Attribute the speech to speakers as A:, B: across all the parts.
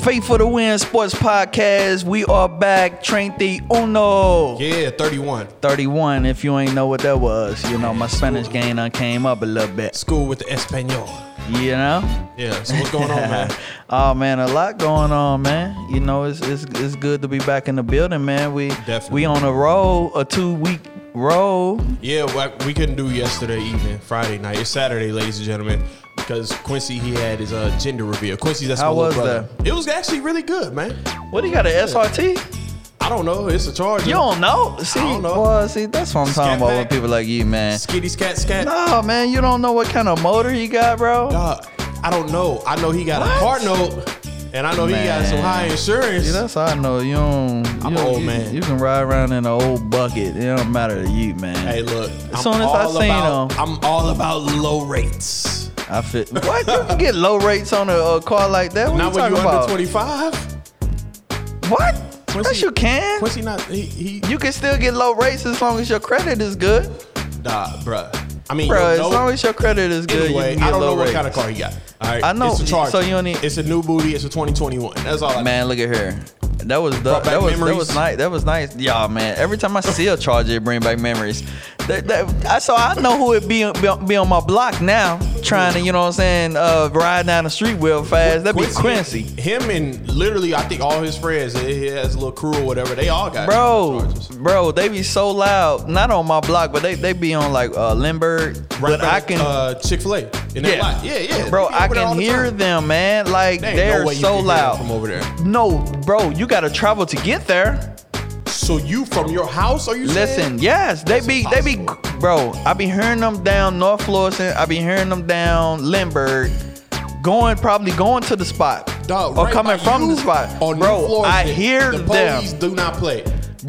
A: Faith for the Win Sports Podcast. We are back. Treinta uno.
B: Yeah, 31.
A: 31, if you ain't know what that was. You know, my Spanish game done came up a little bit.
B: School with the Espanol.
A: You know?
B: Yeah, so what's going on, man?
A: oh man, a lot going on, man. You know, it's it's, it's good to be back in the building, man. We
B: Definitely.
A: we on a roll, a two week roll.
B: Yeah, what we couldn't do yesterday evening, Friday night. It's Saturday, ladies and gentlemen, because Quincy, he had his uh, gender reveal. Quincy, that's
A: How
B: my little
A: was
B: brother. It was actually really good, man.
A: What do you got a SRT?
B: I don't know. It's a charge.
A: You don't know? See,
B: don't know.
A: boy, see, that's what I'm
B: Scat
A: talking about with
B: pack.
A: people like you, man.
B: Skitty scat scat.
A: No, man, you don't know what kind of motor you got, bro.
B: Dog, I don't know. I know he got
A: What?
B: a car note, and I know he got some
A: Man.
B: high insurance.
A: Yeah, that's how I know you don't.
B: I'm
A: you,
B: an old
A: you-
B: man.
A: You can ride around in an old bucket. It don't matter to you, man.
B: hey, look. I'm
A: soon as I
B: all
A: seen
B: about,
A: him-
B: I'm all about low rates.
A: I fit. What? You can get low rates on a, a car like that? What
B: Not
A: you
B: when
A: talking
B: you
A: about?
B: under 25.
A: What? Yes,
B: Quincy-
A: you can.
B: Quincy not he, he
A: You can still get low rates as long as your credit is good,
B: Nah, bruh. I mean,
A: bro.
B: yo,
A: As
B: no-
A: long as your credit is good,
B: anyway,
A: you can get
B: I don't
A: low
B: know what
A: rates.
B: kind of car he got. All right,
A: I know,
B: It's a charge.
A: so you don't need-
B: It's a new booty. It's a 2021. That's all. I
A: Man, look at her. That was the,
B: Brought back
A: that was that
B: memories.
A: was nice. That was nice. Y'all, man. Every time I see a charger, it bring back memories. That, that, I so I know who it be, be be on my block now, trying to you know what I'm saying, uh, ride down the street real fast. That'd be Quincy.
B: Him and literally, I think all his friends, eh, he has a little crew or whatever. They all got
A: Bro,
B: charges.
A: bro, they be so loud. Not on my block, but they, they be on like uh, Lindbergh.
B: Right
A: but I can,
B: uh, Chick Fil A in that
A: Yeah.
B: lot. Yeah, yeah.
A: bro,
B: They be
A: I
B: over there all
A: can
B: the
A: hear
B: time.
A: them, man. Like
B: There ain't
A: they're
B: no way you can
A: so
B: hear them from
A: loud.
B: over there.
A: No, bro, you gotta travel to get there.
B: So you from your house? Are you saying?
A: Listen, yes, they be they be bro. I be hearing them down North Florissant. I be hearing them down Lindbergh, going probably going to the spot
B: Dog,
A: or
B: right
A: coming
B: by
A: from
B: you
A: the spot.
B: on
A: bro,
B: New Florida,
A: I hear
B: the
A: them,
B: police do not play.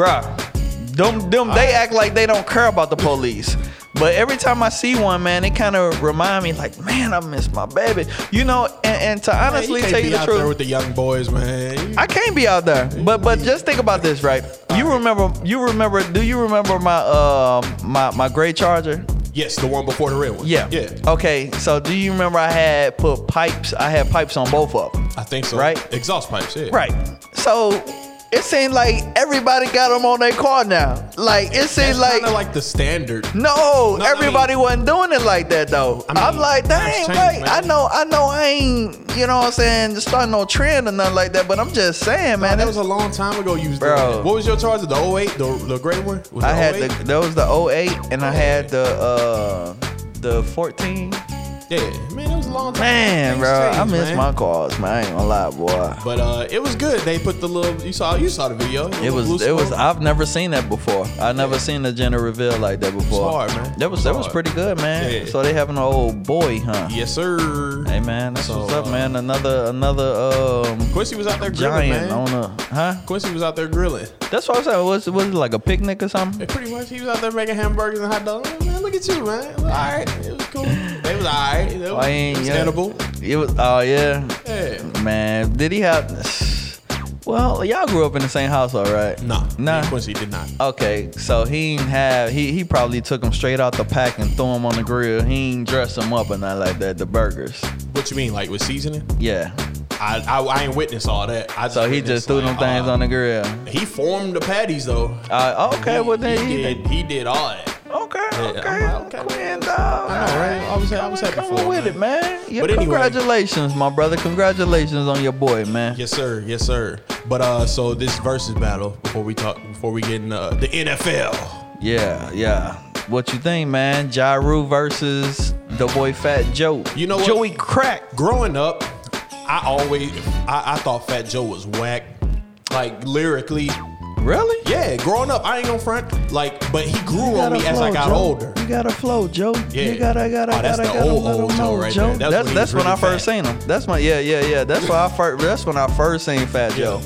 A: Bruh. Them them they act like they don't care about the police. But every time I see one, man, it kind of remind me like, man, I miss my baby. You know, and, and to honestly
B: Man,
A: tell
B: can't be
A: you the
B: out
A: truth,
B: there with the young boys, man.
A: I can't be out there. But but just think about this, right? You remember you remember do you remember my uh my my gray charger?
B: yes, the one before the red one.
A: Yeah. Oh.
B: yeah.
A: Okay, so do you remember I had put pipes I had pipes on both of them.
B: I think so.
A: Right?
B: Exhaust pipes. Yeah.
A: Right. So it seemed like everybody got them on their car now. Like it seemed
B: It's
A: like,
B: kind of like the standard.
A: no,
B: No, I
A: everybody wasn't doing it like that though. I
B: I mean,
A: am like,
B: times
A: dang,
B: change,
A: right. I
B: man.
A: know, I know, I ain't, you know what I'm saying, starting no trend or nothing like that. But I'm just saying, man,
B: Man, that
A: it-
B: was a long time ago. You was
A: Bro.
B: doing that. What was your charger? The 08? The, the Oh, gray one? Was
A: I
B: it
A: had
B: 08?
A: the that was the 08 and I had the uh the 14.
B: Yeah, man, that was a long time.
A: Man,
B: Things
A: bro, I
B: changed,
A: miss
B: man.
A: my calls, man. I ain't gonna lie, boy.
B: But uh, it was good. They put the little. You saw. You saw the video.
A: It was it was I've never seen that before. I've never seen a gender reveal like that before.
B: hard, man.
A: That was
B: It's
A: that was
B: hard.
A: pretty good, man.
B: Yeah.
A: So they having an old boy, huh?
B: Yes, sir.
A: Hey man, that's
B: So,
A: what's up,
B: uh,
A: man. Another another um
B: Quincy was out there grilling,
A: giant on
B: man.
A: a huh?
B: Quincy was out there grilling.
A: That's what I was saying. Was was it like a picnic or something?
B: Hey, pretty much, he was out there making hamburgers and hot dogs. Oh, Man, man, look at you, man. All right, it was cool. They was all right. It was,
A: I ain't-
B: it was
A: yeah.
B: edible.
A: It was oh yeah.
B: Yeah.
A: Man, did he have Well, y'all grew up in the same house, all right?
B: Nah,
A: Nah.
B: nah. Quincy did not.
A: Okay, so he ain't have he he probably took them straight out the pack and threw them on the grill. He ain't dressed them up or not like that. The burgers,
B: What you mean, like with seasoning?
A: yeah.
B: I I, I ain't witness all that. I just
A: So he just
B: witnessed,
A: threw
B: like,
A: them things
B: uh,
A: on the grill.
B: He formed the patties though.
A: Uh, okay,
B: he,
A: well then
B: he
A: he,
B: did. He did all that.
A: Okay, okay,
B: I'm like,
A: okay,
B: okay,
A: Quinn,
B: man.
A: dog.
B: I know, right? I was- I was happy
A: Come
B: for
A: on
B: him,
A: with
B: man.
A: it, man. Yeah,
B: But anyway.
A: congratulations, my brother. Congratulations on your boy, man.
B: Yes, sir. Yes, sir. But uh, so this versus battle before we talk, before we get in uh, the NFL.
A: Yeah, yeah. What you think, man? Jaru versus the boy Fat Joe.
B: You know what?
A: Joey Crack.
B: Growing up, I always I, I thought Fat Joe was whack, like lyrically.
A: Really?
B: Yeah, growing up, I ain't gonna front like, but he grew on
A: gotta
B: me as I
A: flow,
B: got
A: Joe.
B: older.
A: You gotta flow, Joe.
B: Yeah.
A: You gotta, gotta,
B: Oh, that's
A: gotta,
B: the
A: gotta
B: old,
A: let 'em
B: old Joe
A: know,
B: right
A: Joe.
B: there. That's
A: That's
B: when he
A: that's
B: was
A: when I
B: really
A: first
B: fat.
A: seen him. That's when, yeah, yeah, yeah. That's when I first, that's when I first seen Fat
B: Yeah.
A: Joe.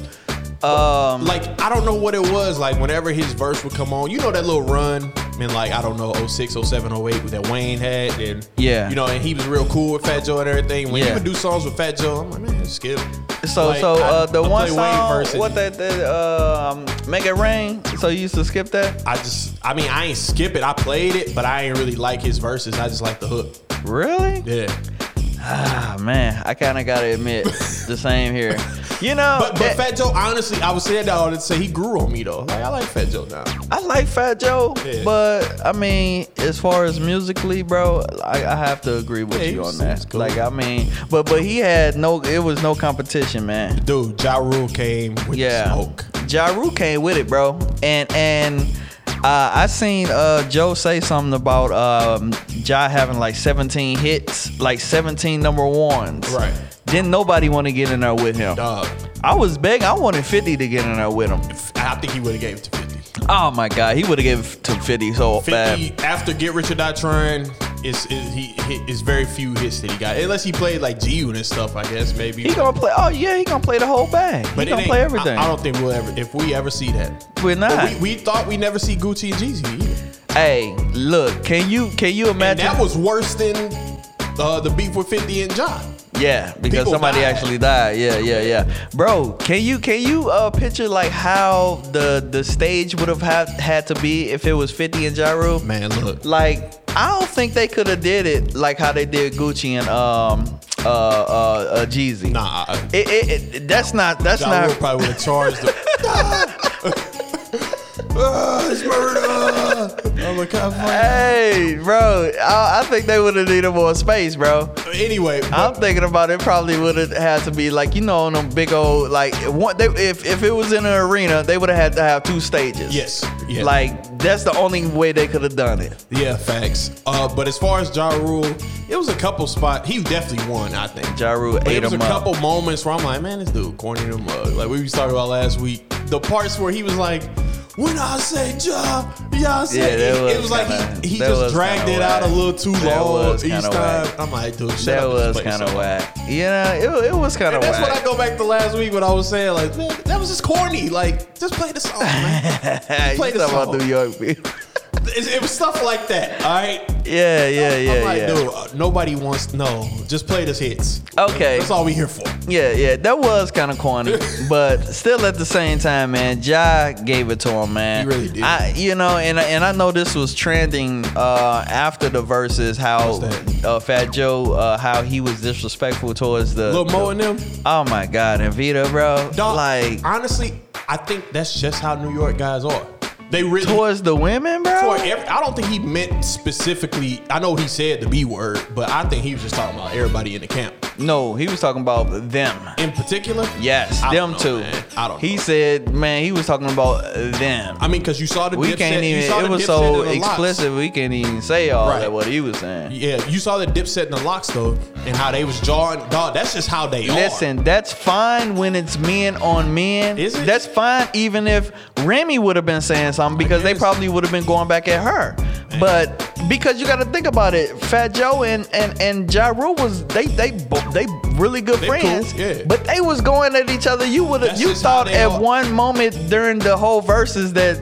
A: Um,
B: Like I don't know what it was like whenever his verse would come on. You know that little run in like I don't know 06, 07, 08 that Wayne had and
A: Yeah.
B: You know, and he was real cool with Fat Joe and everything. When
A: Yeah.
B: he would do songs with Fat Joe, I'm like, man, skip.
A: so,
B: Like,
A: so
B: I-
A: uh, the
B: I
A: one
B: play Wayne
A: song,
B: verse and
A: what that, that um, make it rain. So you used to skip that?
B: I just I mean I ain't skip it. I played it, but I ain't really like his verses. I just like the hook.
A: Really?
B: Yeah.
A: Ah, man, I kind of gotta admit, the same here. You know,
B: But, but
A: that-
B: Fat Joe, honestly, I would say that I would say he grew on me though. Like I like Fat Joe now.
A: I like Fat Joe,
B: Yeah.
A: but I mean, as far as musically, bro, I, I have to agree with
B: Yeah, he
A: you on
B: was- he was
A: that.
B: cool.
A: Like, I mean, but but he had no, it was no competition, man.
B: Dude, Ja Rule came with
A: Yeah.
B: smoke.
A: Ja Rule came with it, bro. And and uh, I seen uh, Joe say something about um, Ja having like 17 hits, like 17 number ones.
B: Right.
A: Didn't nobody want to get in there with him.
B: Dog.
A: I was begging. I wanted 50 to get in there with him.
B: I think he would have gave it to 50.
A: Oh my God, he would have given to 50 so
B: 50
A: bad.
B: after Get Rich or Die Trying is is he he- is very few hits that he got. Unless he played like G Unit and stuff, I guess maybe.
A: He gonna play. Oh yeah, he gonna play the whole bag. he
B: it
A: gonna
B: ain't-
A: play
B: I-
A: everything.
B: I, don't think we'll ever if we ever see that.
A: We're
B: But
A: not.
B: we, we thought we never see Gucci and Jeezy either.
A: hey, look, can you can you
B: And
A: imagine?
B: that was worse than uh, the beef with 50 and John.
A: Yeah, because
B: People
A: somebody
B: died.
A: actually died. Yeah, yeah, yeah. Bro, can you can you uh picture like how the the stage would have had, had to be if it was 50 and Jaru?
B: Man, look.
A: Like I don't think they could have did it like how they did Gucci and um uh uh, uh Jeezy.
B: Nah.
A: It, it, it that's not that's
B: Ja Rule
A: not
B: probably would have charged him. Ah, it's murder. Oh, look how funny.
A: Hey, bro, I, I think they would have needed more space, bro.
B: Anyway, but-
A: I'm thinking about it. Probably would have had to be like you know on them big old like one. They, if if it was in an arena, they would have had to have two stages.
B: Yes, yes.
A: Like that's the only way they could have done it.
B: Yeah, facts. Uh, but as far as Ja Rule, it was a couple spot. He definitely won, I think.
A: Ja Rule
B: but
A: ate
B: it was
A: him
B: a
A: up.
B: couple moments where I'm like, man, this dude corny to mug. Like we was talking about last week, the parts where he was like, when I say Ja, y'all say
A: Yeah, that
B: it,
A: was
B: it was like
A: kinda-
B: he, he
A: that was
B: just dragged
A: kinda
B: it out a
A: whack.
B: little too
A: That
B: long
A: was
B: each
A: kinda
B: time.
A: whack.
B: I'm like, dude, shut
A: that
B: up and just
A: was
B: play
A: kind of
B: something.
A: whack. Yeah, it, it was kind of
B: And that's
A: whack.
B: what I go back to last week when I was saying like, man, that was just corny. Like, just play the song, man.
A: Hey,
B: play
A: you
B: the
A: talking about
B: song.
A: New York people.
B: it, it was stuff like that. All right.
A: yeah, yeah, yeah,
B: I'm like,
A: yeah.
B: dude, uh, nobody wants no. Just play this hits.
A: Okay.
B: that's all we here for.
A: Yeah, yeah, that was kind of corny, but still at the same time, man, Ja gave it to him, man.
B: He really did.
A: I, you know, and and I know this was trending uh, after the verses how
B: What's that?
A: uh, Fat Joe uh, how he was disrespectful towards the
B: Lil Mo and them,
A: Oh my God, and Vita, bro,
B: dog.
A: like
B: honestly, I think that's just how New York guys are. They really.
A: towards the women, bro.
B: for every, I don't think he meant specifically. I know he said the B word, but I think he was just talking about everybody in the camp
A: no, he was talking about them.
B: in particular.
A: Yes,
B: I
A: them
B: don't know,
A: two.
B: man. I don't.
A: He
B: know.
A: said, man, he was talking about them.
B: I mean, because you saw the
A: we
B: Dipset-
A: can't
B: you saw
A: even. It
B: the
A: was
B: Dipset
A: so
B: and the Lox.
A: explicit. We can't even say all
B: Right.
A: that what he was saying.
B: Yeah, you saw the Dipset and the locks though, and how they was jawing. Dog, that's just how they are.
A: Listen, that's fine when it's men on men.
B: Is it?
A: That's fine even if Remy would have been saying something because they
B: guess.
A: probably would have been going back at her. But because you got to think about it, Fat Joe and and and Ja Rule was they they bo- they really good
B: They cool,
A: friends.
B: yeah.
A: But they was going at each other. You would have
B: That's
A: you
B: just how
A: thought
B: they
A: at
B: are.
A: one moment during the whole verses that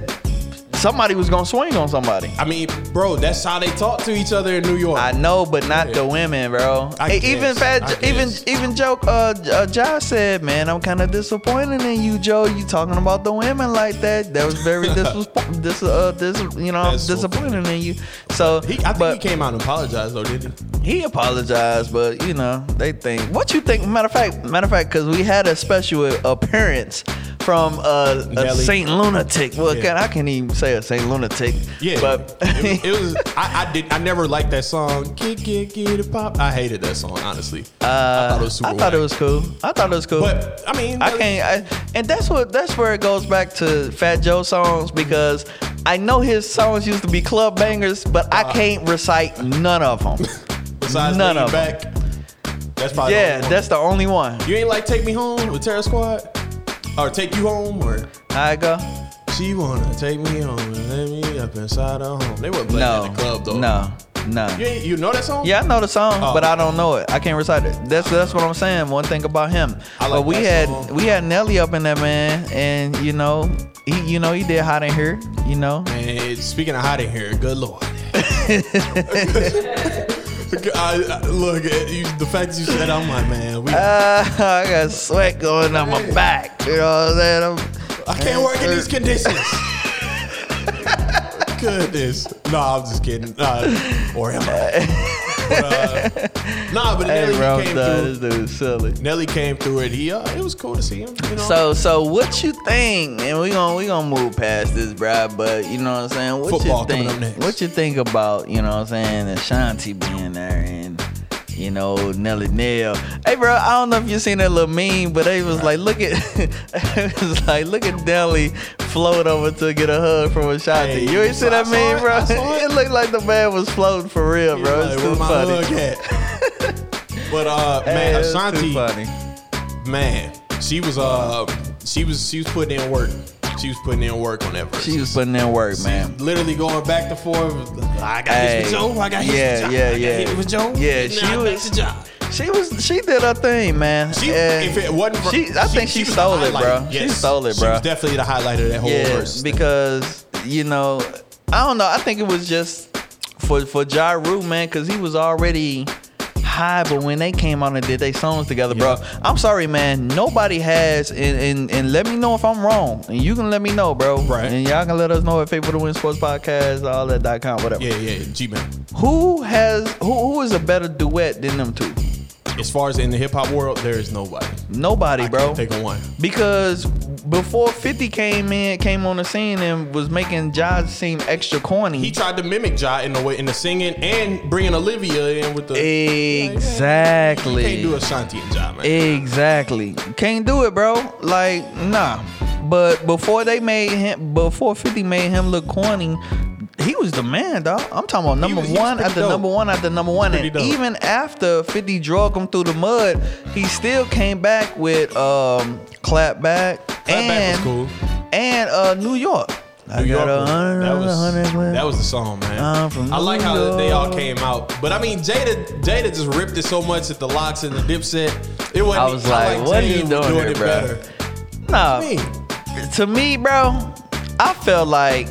A: somebody was gonna swing on somebody.
B: I mean, bro, that's how they talk to each other in New York.
A: I know, but not
B: Yeah.
A: the women, bro.
B: I
A: Hey,
B: guess,
A: even
B: I
A: Fat, even
B: guess.
A: even Joe, uh, J- uh, Josh said, "Man, I'm kind of disappointed in you, Joe. You talking about the women like that? That was very disappointing. Dis, uh, dis, you know, I'm
B: That's so
A: disappointed in you. So,
B: He, I think
A: but
B: he came out and apologized though, didn't he?
A: he apologized, but you know, they think. What you think? Matter of fact, matter of fact, because we had a special appearance from uh, a
B: Nelly.
A: Saint Lunatic. Well,
B: Yeah.
A: God, I can't even say a Saint Lunatic. but
B: it, was- it was. I, I did. I never liked that song. Get get get it pop. I hated that song honestly. I thought it was super.
A: Uh, I thought it
B: whack.
A: was cool. I thought it was cool.
B: But I mean,
A: I can't. I, and that's what that's where it goes back to Fat Joe songs because I know his songs used to be club bangers, but
B: Uh.
A: I can't recite none of them.
B: Besides
A: none
B: none
A: of 'em.
B: back. That's probably. the
A: yeah,
B: only one.
A: that's the only one.
B: You ain't like take me home with Terror Squad, or take you home, or
A: I go.
B: she wanna take me home and let me up inside her home. They weren't playing
A: No,
B: in the club though.
A: no,
B: You,
A: no.
B: ain't, you know that song?
A: Yeah, I know the song,
B: Oh.
A: but I don't know it. I can't recite it. That's that's what I'm saying. One thing about him,
B: I like
A: but we
B: that
A: had
B: song.
A: we had Nelly up in there, man, and you know he you know he did hot in here, you know.
B: And speaking of hiding here, good lord. I, I- look, you, the fact you said, I'm like, man, we, I
A: Uh, I got sweat going on my back. You know what I'm saying? I'm,
B: can't work in these conditions. Goodness. No, I'm just kidding. Uh, or am I? But, uh, nah, but
A: Hey,
B: Nelly
A: bro, I'm
B: came
A: done.
B: through.
A: This dude is silly.
B: Nelly came through it. He uh, it was cool to see him. You know?
A: So, so what you think? And we gonna we gonna move past this, bruh. But you know what I'm saying. What
B: Football
A: you
B: coming
A: think?
B: up next.
A: What you think about you know what I'm saying? Ashanti being there and. You know, Nelly Nail. Hey, bro, I don't know if you seen that little meme, but they was like, look at, it was like, look at Nelly float over to get a hug from Ashanti.
B: Hey,
A: you ain't see
B: I
A: that
B: saw
A: meme,
B: it,
A: bro?
B: I saw it.
A: It looked like the man was floating for real,
B: He was
A: bro.
B: like,
A: it's
B: "Where
A: too
B: my
A: funny.
B: hug at?" but uh,
A: Hey,
B: man,
A: it's too
B: Ashanti,
A: funny.
B: man, she was uh, she was she was putting in work. She was putting in work on that verse.
A: She was putting in work,
B: She's
A: man.
B: literally going back to forth. I got hit with
A: Hey.
B: Joe. I got hit
A: Yeah,
B: with Joe.
A: yeah,
B: I got
A: yeah.
B: hit with Joe.
A: Yeah,
B: Nah,
A: she
B: I
A: was-
B: got hit with Joe.
A: She was she did her thing, man.
B: She,
A: And
B: if it wasn't for,
A: she, I think she,
B: was the
A: stole it, bro.
B: highlight.
A: She
B: Yes.
A: stole it,
B: She
A: bro.
B: was definitely the highlight of that whole
A: yeah,
B: verse.
A: because you know, I don't know. I think it was just for for Ja Rule, man, because he was already high. But when they came out and did their songs together, bro,
B: Yeah.
A: I'm sorry, man. Nobody has, and, and and let me know if I'm wrong, and you can let me know, bro.
B: Right.
A: And y'all can let us know at Faithful to Win Sports Podcast, all that dot com, whatever.
B: yeah, yeah, Gmail.
A: Who has who who is a better duet than them two?
B: As far as in the hip hop world, there is nobody.
A: Nobody,
B: I
A: bro.
B: can't think of one.
A: because before 50 came in came on the scene and was making Josh seem extra corny
B: He tried to mimic Ja in the way in the singing and bringing Olivia in with the
A: exactly
B: You can't do Ashanti and Ja, man.
A: exactly can't do it bro like nah but before they made him before 50 made him look corny he was the man, dog. I'm talking about number
B: was- he was
A: one
B: pretty
A: after
B: dope.
A: number one after number one,
B: Pretty
A: and
B: dope.
A: even after 50 drug him through the mud, he still came back with um, clap back.
B: Clap Back was
A: and-
B: cool.
A: and uh, New York. I
B: New
A: got
B: York.
A: a hundred,
B: That
A: a hundred
B: was
A: grand.
B: that was the song,
A: I'm
B: man.
A: from
B: I like how
A: New
B: they all
A: York.
B: came out, but I mean Jada Jada just ripped it so much at the locks and the dipset. It wasn't.
A: I was like, what are you
B: Jada was
A: doing here,
B: it
A: bro?
B: better.
A: nah.
B: I mean,
A: To me, bro, I felt like,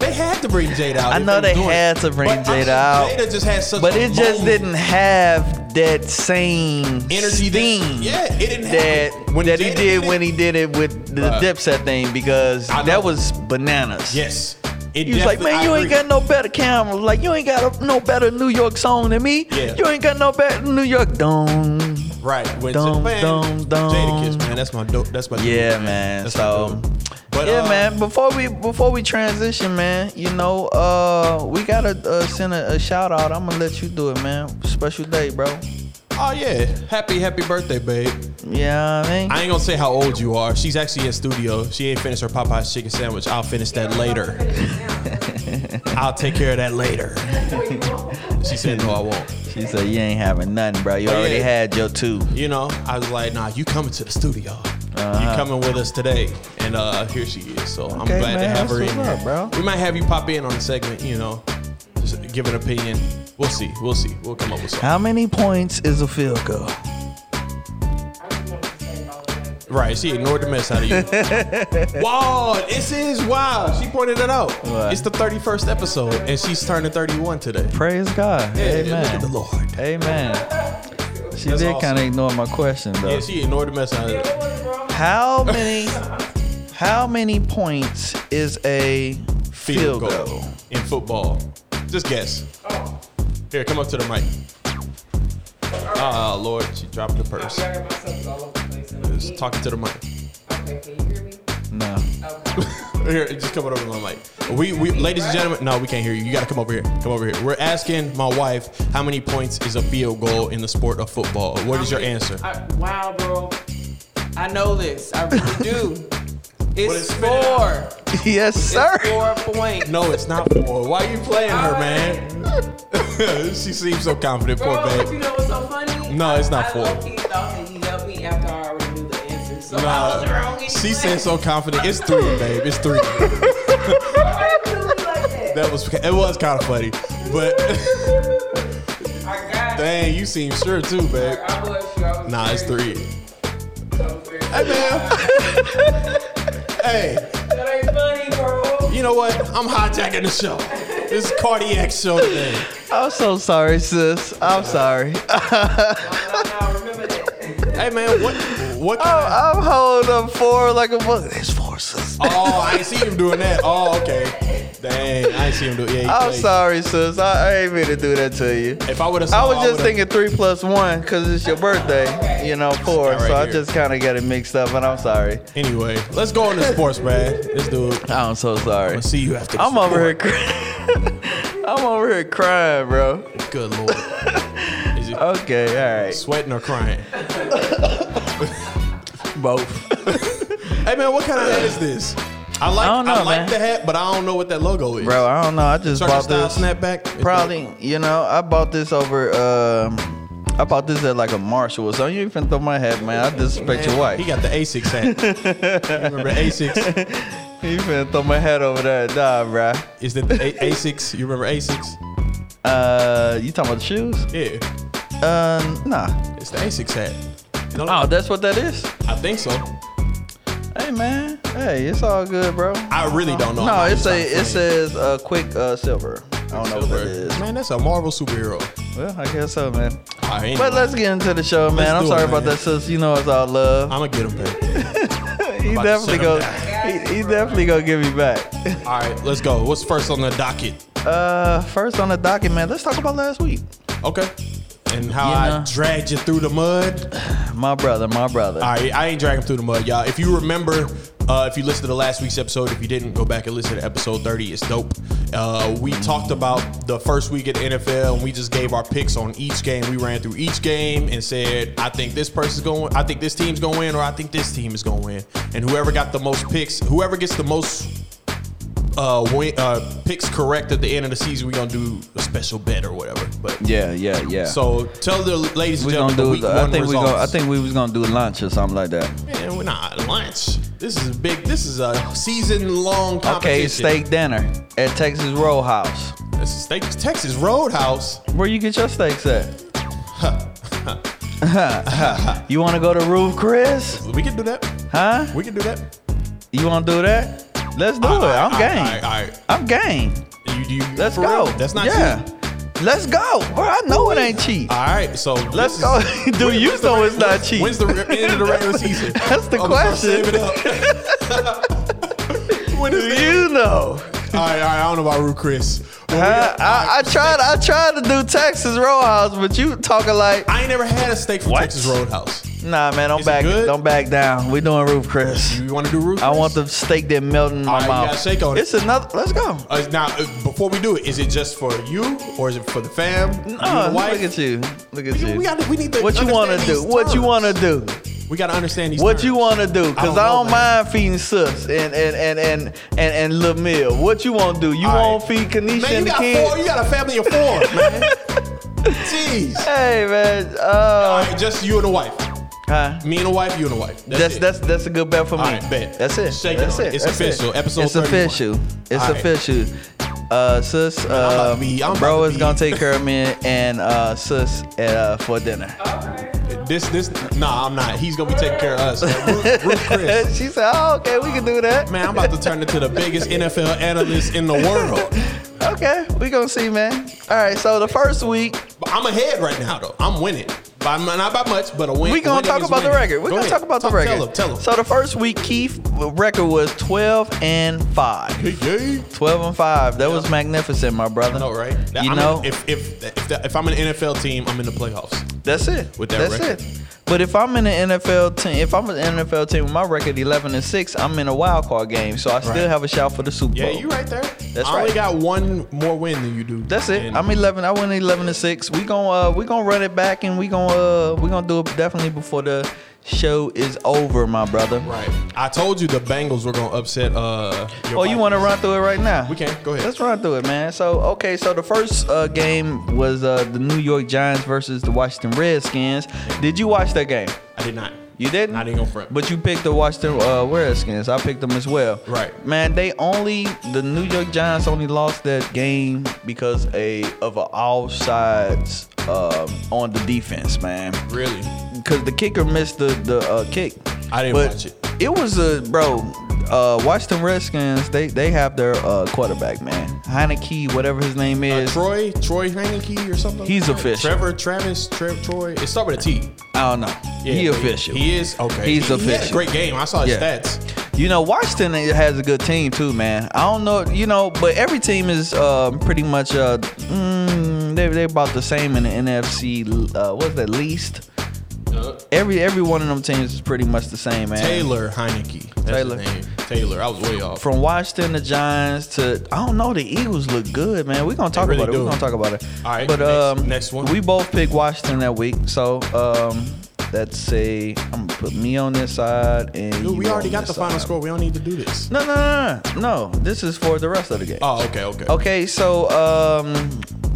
B: they had to bring Jada out.
A: I
B: if
A: know
B: was
A: they
B: doing
A: had
B: it.
A: to bring
B: But I
A: Jada
B: mean,
A: out.
B: Jada just had such,
A: but
B: a
A: it just
B: moment,
A: didn't have that same
B: energy. That,
A: steam
B: yeah, it didn't.
A: that
B: happen. When
A: that he
B: Jada
A: did
B: it-
A: when he did it with the
B: Bruh.
A: Dipset thing because
B: I know.
A: that was bananas.
B: Yes, it
A: He was like,
B: definitely-
A: man,
B: I
A: you ain't
B: agree.
A: got no better camera. Like, you ain't got a, no better New York song than me.
B: Yeah.
A: You ain't got no better New York dome.
B: Right. When
A: Dum,
B: man,
A: dum, dum.
B: Jada Kiss, man. That's my dope. That's my
A: Yeah, man.
B: That's
A: so,
B: dope. But,
A: yeah,
B: uh,
A: man. Before we before we transition, man, you know, uh, we gotta uh, send a, a shout out. I'm gonna let you do it, man. Special day, bro.
B: Oh yeah. Happy happy birthday, babe.
A: Yeah, I mean,
B: I ain't gonna say how old you are. She's actually in studio. She ain't finished her Popeye's chicken sandwich. I'll finish that later. I'll take care of that later. She said no, I won't.
A: she said you ain't having nothing, bro. You
B: But
A: already
B: Oh, yeah.
A: had your two.
B: You know, I was like, nah, you coming to the studio. You coming with us today. And uh here she is. So I'm
A: Okay,
B: glad to
A: man,
B: have her
A: that's
B: in
A: what's
B: here.
A: up, bro.
B: We might have you pop in on the segment, you know. Just give an opinion. We'll see. We'll see. We'll come up with something.
A: How many points is a field goal?
B: Right, she ignored the mess out of you. wow, this is wild. She pointed it out.
A: What?
B: It's the 31st episode, and she's turning 31 today.
A: Praise God.
B: Yeah,
A: Amen.
B: look at the Lord.
A: Amen. She
B: That's
A: did
B: awesome.
A: kind of ignore my question though.
B: Yeah, she ignored the mess out of it.
A: How many how many points is a field, goal?
B: in football. Just guess. Here, come up to the mic. Ah, Lord, she dropped the purse. Just talking to the mic.
A: No.
B: Here, just come over to my mic. We, we, ladies and gentlemen, no, we can't hear you. You gotta come over here. Come over here. We're asking my wife how many points is a field goal in the sport of football. What is your answer?
C: I, wow, bro. I know this. I really do. It's
B: it's spinning
C: four.
A: yes, sir.
C: It's four points.
B: No, it's not four. Why you playing her, man? she seems so confident, poor
C: Bro, you
B: babe.
C: know what's so funny?
B: No, it's not
C: I,
B: four.
C: I low-key thought that he helped me after I already knew the answer. So I was wrong
B: Nah,
C: anyway.
B: she said so confident. It's three, babe. It's three.
C: Why you do me like that?
B: That was it was kind of funny, but
C: I got it.
B: dang, you seem sure too, babe.
C: I was sure. I was
B: Nah, it's
C: very-
B: three.
C: I was very-
B: Hey, man. hey,
C: That ain't funny, bro.
B: you know what? I'm hijacking the show. This is cardiac show today.
A: I'm so sorry, sis. I'm sorry.
C: No, no, remember that.
B: Hey, man, what? What? kind
A: I'm,
B: of-
A: I'm holding up four like a book. It's four, sis.
B: oh, I ain't see him doing that. Oh, okay. Dang, I ain't see him do it. Yeah, he
A: I'm
B: played.
A: Oh, sorry, sis. I, I ain't mean to do that to you.
B: If I would have,
A: I was just thinking three plus one because it's your birthday, you know, four.
B: Right
A: so I
B: here.
A: just kind of got it mixed up, and I'm sorry.
B: Anyway, let's go on to sports, man. This dude.
A: I'm so sorry.
B: I'll see you after.
A: I'm
B: the
A: over here.
B: sport.
A: Cry- I'm over here crying, bro.
B: Good lord. Is
A: Uh.
B: it
A: Okay, all right.
B: sweating or crying?
A: Both.
B: Hey man, what kind of hat is this? I like.
A: I
B: I,
A: don't know,
B: like
A: man.
B: the hat, but I don't know what that logo is.
A: Bro, I don't know. I just
B: Circle
A: bought
B: style
A: this.
B: snapback. It's
A: Probably, you know, I bought this over. Um, I bought this at like a Marshall. So you even throw my hat, man. I
B: the-
A: disrespect your wife.
B: He got the Asics hat. remember Asics?
A: You even throw my hat over there, nah, bro.
B: Is that the A- Asics? You remember Asics?
A: Uh, you talking about the shoes?
B: Yeah,
A: Uh, nah.
B: it's the Asics hat. No,
A: Oh, that's what that is.
B: I think so.
A: Hey, man. Hey, it's all good, bro.
B: I really don't know.
A: No,
B: I'm
A: it's
B: not
A: a. It
B: playing.
A: says uh, quick uh, silver. I don't know what that is.
B: Man, that's a Marvel superhero.
A: Well, I guess so, man.
B: All right, anyway,
A: But let's get into the show, man. I'm
B: do it,
A: sorry about
B: man.
A: that, sis. You know it's all love.
B: I'm gonna get him back.
A: he
B: about to
A: definitely
B: shut
A: go.
B: him
A: He, he definitely gonna give me back.
B: All right, let's go. What's first on the docket?
A: Uh, first on the docket, man. Let's talk about last week.
B: Okay. And how
A: You
B: I
A: know.
B: dragged you through the mud.
A: My brother, my brother.
B: All right, I ain't dragging through the mud, y'all. If you remember, uh, if you listened to the last week's episode, if you didn't, go back and listen to episode 30. It's dope. Uh, we talked about the first week of the NFL, and we just gave our picks on each game. We ran through each game and said, I think this person's going, I think this team's going to win, or I think this team is going to win. And whoever got the most picks, whoever gets the most uh, win, uh, picks correct at the end of the season, we're going to do a special bet or whatever. But
A: Yeah, yeah, yeah.
B: So tell the ladies and
A: we gonna
B: gentlemen the
A: do.
B: week
A: The,
B: one
A: I think we
B: results.
A: gonna. I think we was gonna do lunch or something like that.
B: Man, we're not at lunch. This is a big. This is a season-long competition.
A: Okay, steak dinner at Texas Roadhouse.
B: This is steak Texas Roadhouse.
A: Where you get your steaks at? you want to go to Roof Chris?
B: We can do that.
A: Huh?
B: We can do that.
A: You want to do that? Let's do it. I'm game.
B: All right, all right.
A: I'm game.
B: You, do you,
A: Let's
B: for
A: go.
B: real? That's not
A: yeah.
B: cheap.
A: Let's go, bro. I know it ain't cheap.
B: All right, so
A: Let's
B: this
A: go,
B: is-
A: dude. You know it's not cheap.
B: When's the re- end of the regular season?
A: That's the
B: I'm gonna
A: question.
B: save it up. when is
A: Do
B: the-
A: you know?
B: All right, all right. I don't know about Rue Chris. When we
A: Huh?
B: got-
A: I, I tried. I tried to do Texas Roadhouse, but you talking like,
B: I ain't never had a steak from
A: What?
B: Texas Roadhouse.
A: nah, man. Don't
B: Is it
A: back.
B: good?
A: Don't back down. We doing Roof Chris.
B: You want to do Rue?
A: I want the steak that melted in my
B: All right, you
A: mouth.
B: gotta shake on it.
A: It's another. Let's go.
B: Uh, now, uh, before we do it, is it just for you or is it for the fam? you,
A: Oh,
B: the wife?
A: look at you. Look at
B: We-
A: you.
B: we gotta- we need to
A: what you
B: understand
A: wanna do?
B: these
A: What you
B: terms.
A: want to do?
B: We gotta understand these.
A: What you
B: terms.
A: want to do? Because
B: know,
A: I don't,
B: man.
A: mind feeding Sus and and and and and, and Lil Mill. What you want to do? You
B: All right.
A: want to feed Kanisha
B: Man, you
A: and the
B: got
A: kids?
B: four. You got a family of four, man. Jeez.
A: Hey man,
B: All
A: uh,
B: right, just you and the wife.
A: huh?
B: Me and the wife. You and the wife.
A: That's
B: it.
A: that's that's a good bet for me.
B: All right, bet.
A: That's it.
B: Shake
A: that's
B: on
A: it.
B: it. It's
A: That's it.
B: official. Episode
A: It's
B: 31.
A: official. It's
B: All right.
A: official. Uh, sis,
B: about
A: uh,
B: to be- I'm about
A: bro
B: to
A: is
B: be-
A: gonna take care of me and uh, sis uh, for dinner.
B: This this. Nah, I'm not. He's gonna be taking care of us. Ruth, Ruth Chris.
A: she said, "Oh, okay, we can do that."
B: Man, I'm about to turn into the biggest NFL analyst in the world.
A: Okay, we gonna see, man. All right, so the first week
B: But I'm ahead right now, though. I'm winning. But I'm not by much, but a win.
A: we gonna
B: winning
A: talk
B: is
A: about the
B: winning.
A: record. We are
B: Go
A: gonna
B: ahead.
A: talk about the record.
B: Tell him. Tell him.
A: So the first week, Keith record was twelve and five.
B: Hey, yeah.
A: Twelve and five. That was magnificent, my brother.
B: No, right?
A: You
B: I'm
A: know,
B: in- if if if, the, if I'm an NFL team, I'm in the playoffs.
A: that's it.
B: with that
A: that's
B: record.
A: it. But if I'm in an NFL team, if I'm an NFL team with my record eleven and six, I'm in a wild card game, so I still
B: Right.
A: have a shot for the Super
B: Yeah,
A: Bowl.
B: you right there.
A: That's
B: I
A: right.
B: only got one more win than you do.
A: That's it.
B: And
A: I'm 11. I went 11 to 6. We going uh we going to run it back and we going to uh we going to do it definitely before the show is over, my brother.
B: right. I told you the Bengals were gonna upset. Uh, your
A: Oh, you
B: Vikings.
A: want to run through it right now?
B: We can. Go ahead.
A: Let's run through it, man. So, okay, so the first uh, game was uh, the New York Giants versus the Washington Redskins. Did you watch that game?
B: I did not.
A: You didn't?
B: I didn't go front.
A: But you picked the Washington uh, Redskins. I picked them as well.
B: Right.
A: Man, they only the New York Giants only lost that game because a of an offsides um, on the defense, man.
B: really,
A: Because the kicker missed the the uh, kick.
B: I didn't
A: But
B: watch it.
A: It was a bro. Uh, Washington Redskins. They they have their uh, quarterback, man, Heineke, whatever his name
B: Uh,
A: is.
B: Troy, Troy Heineke or something.
A: He's
B: like that?
A: official.
B: Trevor, Travis, Tre- Troy. It started with a T.
A: I don't know. he
B: but
A: official.
B: He is okay.
A: He's
B: He- he had a
A: official.
B: great game. I saw his
A: Yeah.
B: stats.
A: You know, Washington has a good team too, man. I don't know, you know, but every team is uh, pretty much uh, mm, they they about the same in the NFC. Uh, what's that least? Every every one of them teams is pretty much the same, man.
B: Taylor Heineke. That's
A: Taylor.
B: Taylor. His name. Taylor. I was way off.
A: From Washington, the Giants to I don't know, the Eagles look good, man. We're gonna talk
B: really
A: about it.
B: do.
A: We're gonna talk about it.
B: All right,
A: But
B: next-
A: um
B: next one.
A: We both picked Washington that week. So um that's a I'm gonna put me on this side and
B: Dude,
A: you
B: we already
A: on
B: got the
A: this
B: final
A: side.
B: score. We don't need to do this.
A: No, no, no, no, no. This is for the rest of the game.
B: Oh, okay, okay.
A: Okay, so um,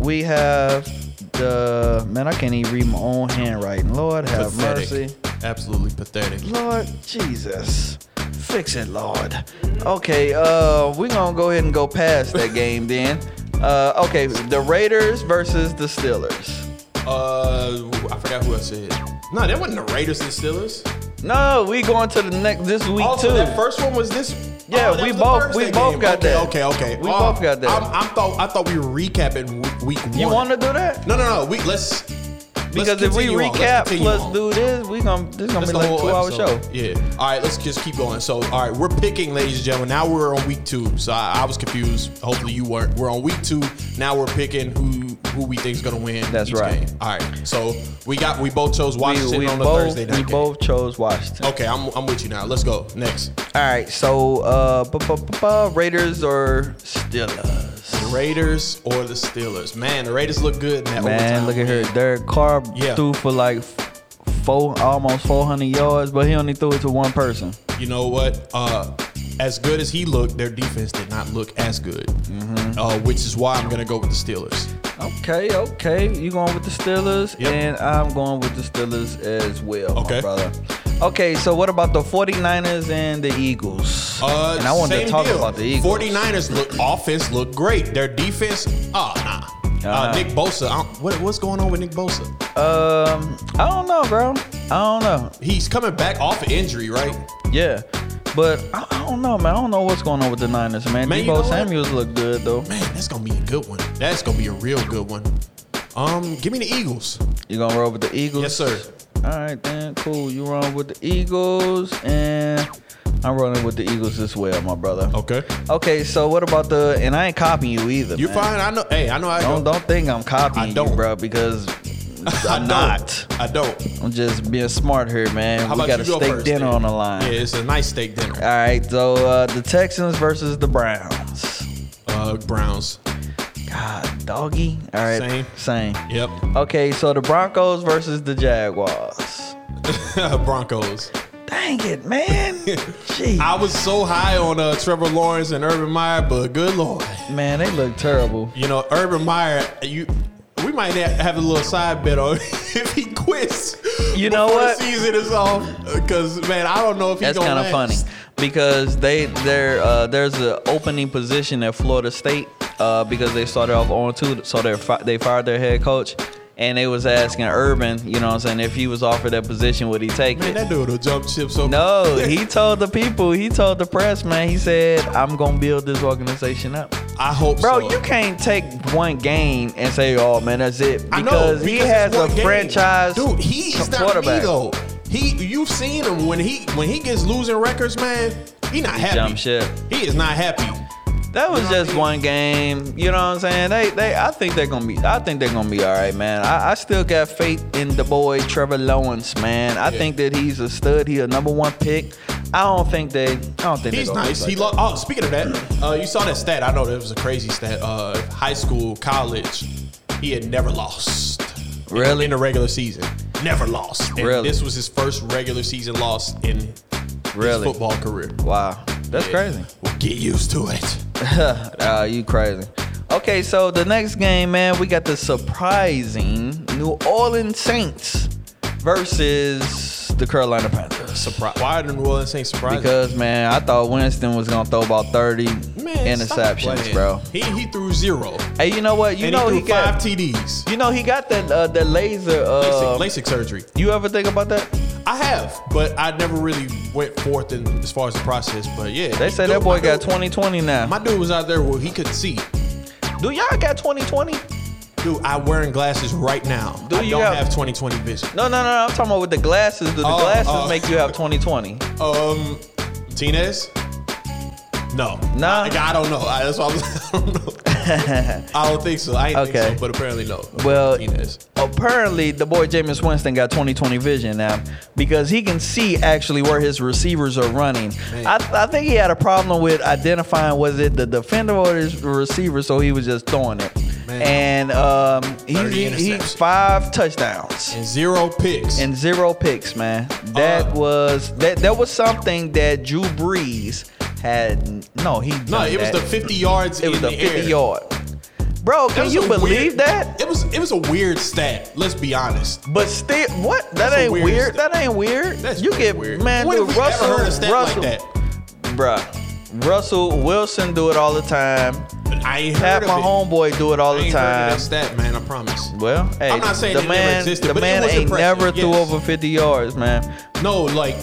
A: we have the man. I can't even read my own handwriting. Lord have
B: Pathetic.
A: mercy.
B: Absolutely pathetic.
A: Lord Jesus, fix it, Lord. Okay, uh, we're gonna go ahead and go past that game then. Uh, okay, the Raiders versus the Steelers.
B: Uh, I forgot who I said. No, that wasn't the Raiders and Steelers.
A: No, we going to the next this week
B: Also,
A: too.
B: that first one was this. Oh,
A: Yeah,
B: that
A: we
B: was the
A: both-
B: Thursday
A: we both
B: game.
A: got
B: okay,
A: that.
B: Okay, okay.
A: We both got that.
B: I, I thought I thought we were recapping week, week one.
A: you want to do that?
B: No, no, no. We let's
A: Because if we recap plus do this, we gonna this gonna be
B: That's the
A: like
B: whole
A: two hour show.
B: episode. Yeah. All right, let's just keep going. So, all right, we're picking, ladies and gentlemen. Now we're on week two. So I, I was confused. Hopefully you weren't. We're on week two. Now we're picking who who we think is gonna win.
A: That's
B: each
A: right.
B: Game. All right. So we got we both chose Washington
A: we, we
B: on the
A: both,
B: Thursday night.
A: We
B: game.
A: both chose Washington.
B: Okay, I'm, I'm with you now. Let's go next.
A: All right, so uh, bu- bu- bu- bu- Raiders or Steelers?
B: Raiders or the Steelers? Man, the Raiders look good in that
A: Man,
B: overtime.
A: look at her. Derek Carr
B: Yeah.
A: threw for like f- four, almost 400 yards, but he only threw it to one person.
B: You know what? Uh, as good as he looked, their defense did not look as good,
A: Mm-hmm.
B: uh, which is why I'm gonna go with the Steelers.
A: Okay, okay, you going with the Steelers,
B: Yep.
A: and I'm going with the Steelers as well, okay.
B: Okay.
A: brother. Okay, so what about the 49ers and the Eagles?
B: Uh,
A: and I wanted
B: same
A: to talk
B: deal.
A: about the Eagles.
B: 49ers look offense look great. Their defense, oh nah.
A: Uh-huh.
B: Uh, Nick Bosa, I don't- what, what's going on with Nick Bosa?
A: Um, I don't know, bro. I don't know.
B: He's coming back off an injury, right?
A: Yeah. But I, I don't know, man. I don't know what's going on with the Niners, man.
B: Man,
A: Debo
B: you know what?
A: Samuels look good though.
B: Man, that's gonna be a good one. That's gonna be a real good one. Um, give me the Eagles.
A: You gonna roll with the Eagles?
B: Yes, sir.
A: All right, then. Cool. You roll with the Eagles, and I'm rolling with the Eagles as well, my brother.
B: Okay.
A: Okay. So what about the? And I ain't copying you either.
B: You
A: man.
B: fine? I know. Hey, I know. I
A: Don't
B: go.
A: don't think I'm copying
B: I don't.
A: you, bro, because
B: I
A: I'm
B: don't.
A: not.
B: I don't.
A: I'm just being smart here, man.
B: How
A: we
B: about
A: got
B: you
A: a
B: go
A: steak
B: first,
A: dinner
B: then?
A: on the line.
B: Yeah, it's a nice steak dinner.
A: All right. So uh, the Texans versus the Browns.
B: Uh, Browns.
A: God, doggy. All right.
B: Same.
A: Same.
B: Yep.
A: Okay, so the Broncos versus the Jaguars.
B: Broncos.
A: Dang it, man. Jeez.
B: I was so high on uh, Trevor Lawrence and Urban Meyer, but good lord,
A: Man, they look terrible.
B: you know Urban Meyer, you. We might ha- have a little side bet on if he quits.
A: You know
B: before
A: what?
B: The season is off because man, I don't know if he's
A: That's
B: gonna.
A: kind of funny
B: last.
A: because they there uh, there's an opening position at Florida State uh, because they started off on two, so they fi- they fired their head coach. And they was asking Urban, you know what I'm saying, if he was offered that position, would he take
B: Man,
A: it?
B: that dude will jump ship so.
A: no, he told the people, he told the press, man, he said, I'm going to build this organization up.
B: I hope,
A: Bro,
B: so.
A: you can't take one game and say, "Oh man, that's it," because,
B: I know,
A: he
B: because
A: has
B: it's
A: a
B: one game.
A: franchise
B: Dude, he's not me
A: quarterback.
B: though. He, you've seen him when he when he gets losing records, man. He not happy.
A: jump ship.
B: He is not happy.
A: That was
B: know what I
A: just
B: mean?
A: one game. You know what I'm saying? They, they, I think they're gonna be. I think they're gonna be all right, man. I, I still got faith in the boy Trevor Lawrence, man. I
B: Yeah.
A: think that he's a stud. He a number one pick. I don't think they. I don't think
B: He's
A: they're gonna
B: nice.
A: lose
B: He lo- oh, speaking of that, uh, you saw that stat. I know that was a crazy stat. Uh, high school, college, he had never lost. in-
A: Really?
B: In the regular season, never lost. And
A: Really?
B: This was his first regular season loss in
A: like that. really.
B: his football career.
A: Wow, that's
B: Yeah.
A: crazy.
B: Well, get used to it.
A: Ah, you crazy. Okay, so the next game, man, we got the surprising New Orleans Saints versus the Carolina Panthers.
B: Surprise! Why didn't New Orleans Saints surprise?
A: Because man, I thought Winston was gonna throw about thirty
B: Man, stop
A: interceptions,
B: playing.
A: bro.
B: He he threw zero.
A: Hey, you know what? You
B: and
A: know
B: he
A: he,
B: threw five
A: got.
B: TDs.
A: you know he got that uh, that laser.
B: LASIK,
A: Uh,
B: LASIK surgery.
A: you ever think about that?
B: I have, but I never really went forth in as far as the process. But yeah,
A: They
B: he-
A: say
B: dude,
A: that boy
B: my
A: got
B: dude-
A: 2020 now.
B: My dude was out there where he could see.
A: Do y'all got 2020?
B: Dude, I'm wearing glasses right now.
A: Dude,
B: I
A: you
B: don't
A: got-
B: have 2020 vision.
A: No, no, no. I'm talking about with the glasses. Do the
B: Oh,
A: glasses
B: oh.
A: make you have 2020?
B: Um, Martinez? No.
A: Nah.
B: I, I don't know. I, that's why I'm, I don't know. I don't think so. I didn't
A: Okay.
B: think so, but apparently no.
A: Well,
B: Martinez.
A: apparently the boy Jameis Winston got 20/20 vision now because he can see actually where his receivers are running.
B: Man.
A: I, I think he had a problem with identifying was it the defender or his receiver, so he was just throwing it.
B: Man.
A: And um, he,
B: 30
A: he
B: interceptions.
A: five touchdowns
B: And zero picks.
A: and zero picks, man. That
B: Uh,
A: was that that was something that Drew Brees had. No, he
B: no,
A: done
B: it was
A: that.
B: the 50 yards
A: it was
B: in
A: the
B: the
A: fifty
B: air.
A: yard. Bro,
B: That
A: can
B: was
A: you
B: a
A: believe
B: weird-
A: that?
B: It was it was a weird stat. Let's be honest.
A: But still, what? That
B: That's a
A: ain't
B: weird
A: weird.
B: stat.
A: That ain't weird.
B: That's
A: you
B: really
A: get
B: weird.
A: man,
B: when
A: dude.
B: have we
A: Russell,
B: ever heard a stat
A: Russell,
B: like
A: bruh. Russell Wilson do it all the time.
B: that? I ain't
A: Pat,
B: heard
A: my
B: of it.
A: homeboy, do it all
B: I
A: the
B: ain't heard
A: time.
B: of that stat, man. I promise.
A: Well, hey,
B: not saying
A: the
B: it never
A: man,
B: existed,
A: the
B: but it
A: man
B: was
A: ain't
B: impressive,
A: never threw
B: yes.
A: over fifty yards, man.
B: No, like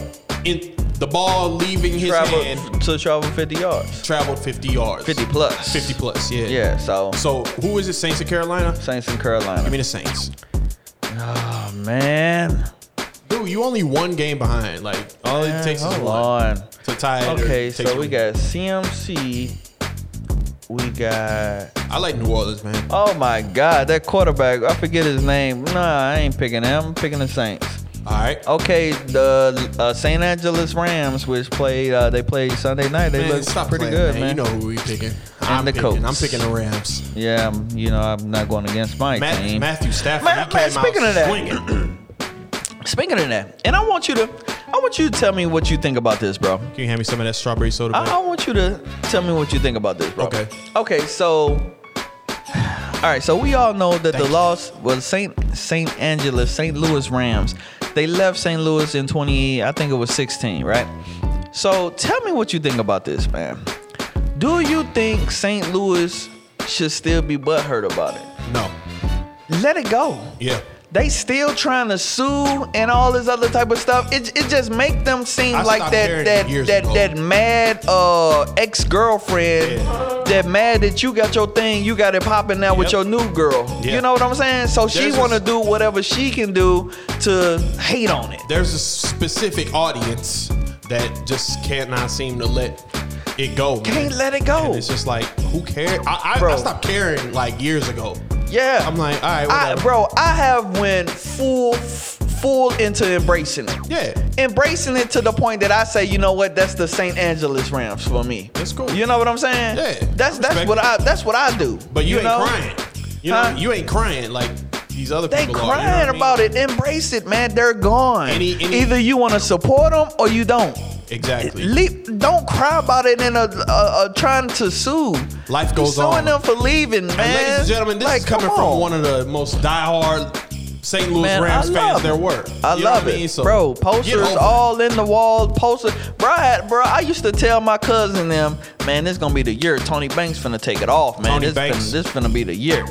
B: in the ball leaving his hand
A: Traveled to travel fifty yards,
B: traveled 50 yards.
A: fifty plus,
B: 50 plus. Yeah.
A: Yeah, so
B: So who is it? Saints of Carolina.
A: Saints and Carolina.
B: I mean the Saints.
A: oh man,
B: Dude, you only one game behind. Like all it
A: Man,
B: takes is
A: hold
B: one
A: on.
B: to tie it. or
A: Okay,
B: take
A: so
B: the
A: we
B: lead.
A: got CMC. We got
B: I like New Orleans, man.
A: Oh my God, that quarterback, I forget his name. Nah, I ain't picking him. I'm picking the Saints.
B: All right.
A: Okay, the uh, St. Angeles Rams, which played, uh, they played Sunday night. They
B: Man,
A: look
B: stop
A: pretty
B: playing,
A: good, man.
B: You know who we picking? I'm
A: the
B: picking. I'm
A: Colts.
B: picking the Rams.
A: Yeah, I'm- you know, I'm not going against my
B: Matt,
A: team.
B: Matthew Stafford.
A: Man,
B: he
A: man,
B: came
A: speaking
B: out
A: of that-
B: swinging. Can
A: Speaking of that, and I want you to, I want you to tell me what you think about this, bro.
B: you hand me some of that strawberry soda?
A: I, I
B: man?
A: want you to tell me what you think about this, bro.
B: Okay.
A: Okay, so all right, so we all know that
B: Thank
A: the
B: you.
A: loss was Saint Saint Angeles, St. Louis Rams. They left St. Louis in 20, I think it was 16, right? So tell me what you think about this, man. Do you think St. Louis should still be butthurt about it?
B: No.
A: Let it go.
B: Yeah.
A: They still trying to sue and all this other type of stuff. It, it just make them seem
B: I
A: like
B: stopped
A: that
B: caring
A: that
B: years
A: that,
B: ago.
A: that mad uh ex girlfriend
B: Yeah.
A: that mad that you got your thing, you got it popping now with
B: Yep.
A: your new girl.
B: Yeah.
A: You know what I'm saying? So she
B: There's
A: want to
B: this-
A: do whatever she can do to hate on it.
B: There's a specific audience that just cannot seem to let it go. Man.
A: Can't let it go.
B: And it's just like, who cares? I, I, I
A: Bro.
B: stopped caring like years ago.
A: Yeah.
B: I'm like, all right,
A: I,
B: whatever.
A: bro, I have went full full into embracing it.
B: Yeah.
A: embracing it to the point that I say, you know what, that's the St. Angeles Rams for me.
B: That's cool.
A: You know what I'm saying?
B: Yeah,
A: That's
B: I
A: that's
B: respect
A: what
B: it.
A: I that's what I do.
B: But you, ain't
A: know?
B: crying. You know,
A: Huh?
B: you ain't crying like these other
A: They
B: people are.
A: crying
B: you know what I mean?
A: about it. Embrace it, man. They're gone.
B: Any- any-
A: Either you want to support them or you don't.
B: Exactly.
A: Leap, don't cry about it in a, a, a trying to sue.
B: Life goes
A: Suing
B: on.
A: them for leaving, man.
B: And ladies and gentlemen, this
A: Like,
B: is coming
A: come
B: from
A: on.
B: one of the most diehard St. Louis
A: Man,
B: Rams
A: I love
B: fans there
A: it.
B: were.
A: I
B: You know
A: love
B: what
A: it,
B: mean? So
A: bro.
B: get
A: Posters
B: over it.
A: all in the wall. Posters, bro. I, had- bro, I used to tell my cousin them, man, this gonna be the year Tony Banks finna take it off, man.
B: Tony
A: this,
B: Banks.
A: Finna, this finna be the year.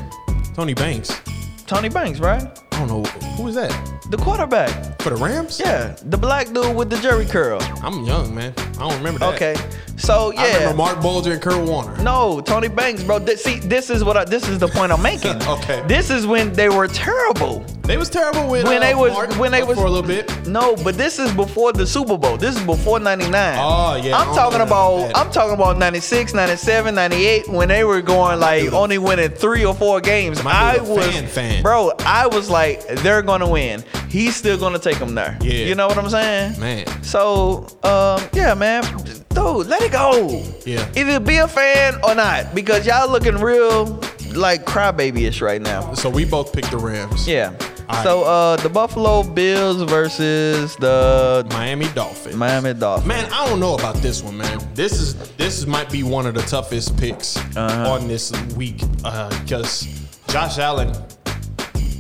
B: Tony Banks.
A: Tony Banks, right?
B: I don't know who is that
A: The quarterback.
B: for the Rams.
A: Yeah, the black dude with the jerry curl.
B: I'm young, man. I don't remember that.
A: Okay, so yeah.
B: I remember Mark Bolger and Kurt Warner.
A: No, Tony Banks, bro. Th- see, this is what I, this is the point I'm making.
B: Okay.
A: This is when they were terrible.
B: They was terrible with
A: When
B: uh,
A: they was-
B: Mark
A: when they was-
B: for a little bit.
A: No, but this is before the Super Bowl. This is before 99.
B: Oh, yeah, I
A: I'm
B: don't
A: talking
B: know
A: about
B: that.
A: I'm talking about 96, 97, 98 when they were going like only winning 3 or 4 games.
B: My
A: I
B: dude a
A: was
B: fan, fan.
A: Bro, I was like they're going to win. He's still going to take them there.
B: Yeah.
A: You know what I'm saying?
B: Man.
A: So, um, yeah, man. Dude, let it go.
B: Yeah.
A: Either be a fan or not because y'all looking real like crybabyish right now.
B: So we both picked the Rams.
A: Yeah.
B: All
A: So uh the Buffalo Bills versus the
B: Miami Dolphins.
A: Miami Dolphins.
B: Man, I don't know about this one, man. This is this is, might be one of the toughest picks
A: Uh-huh.
B: on this week because Josh Allen,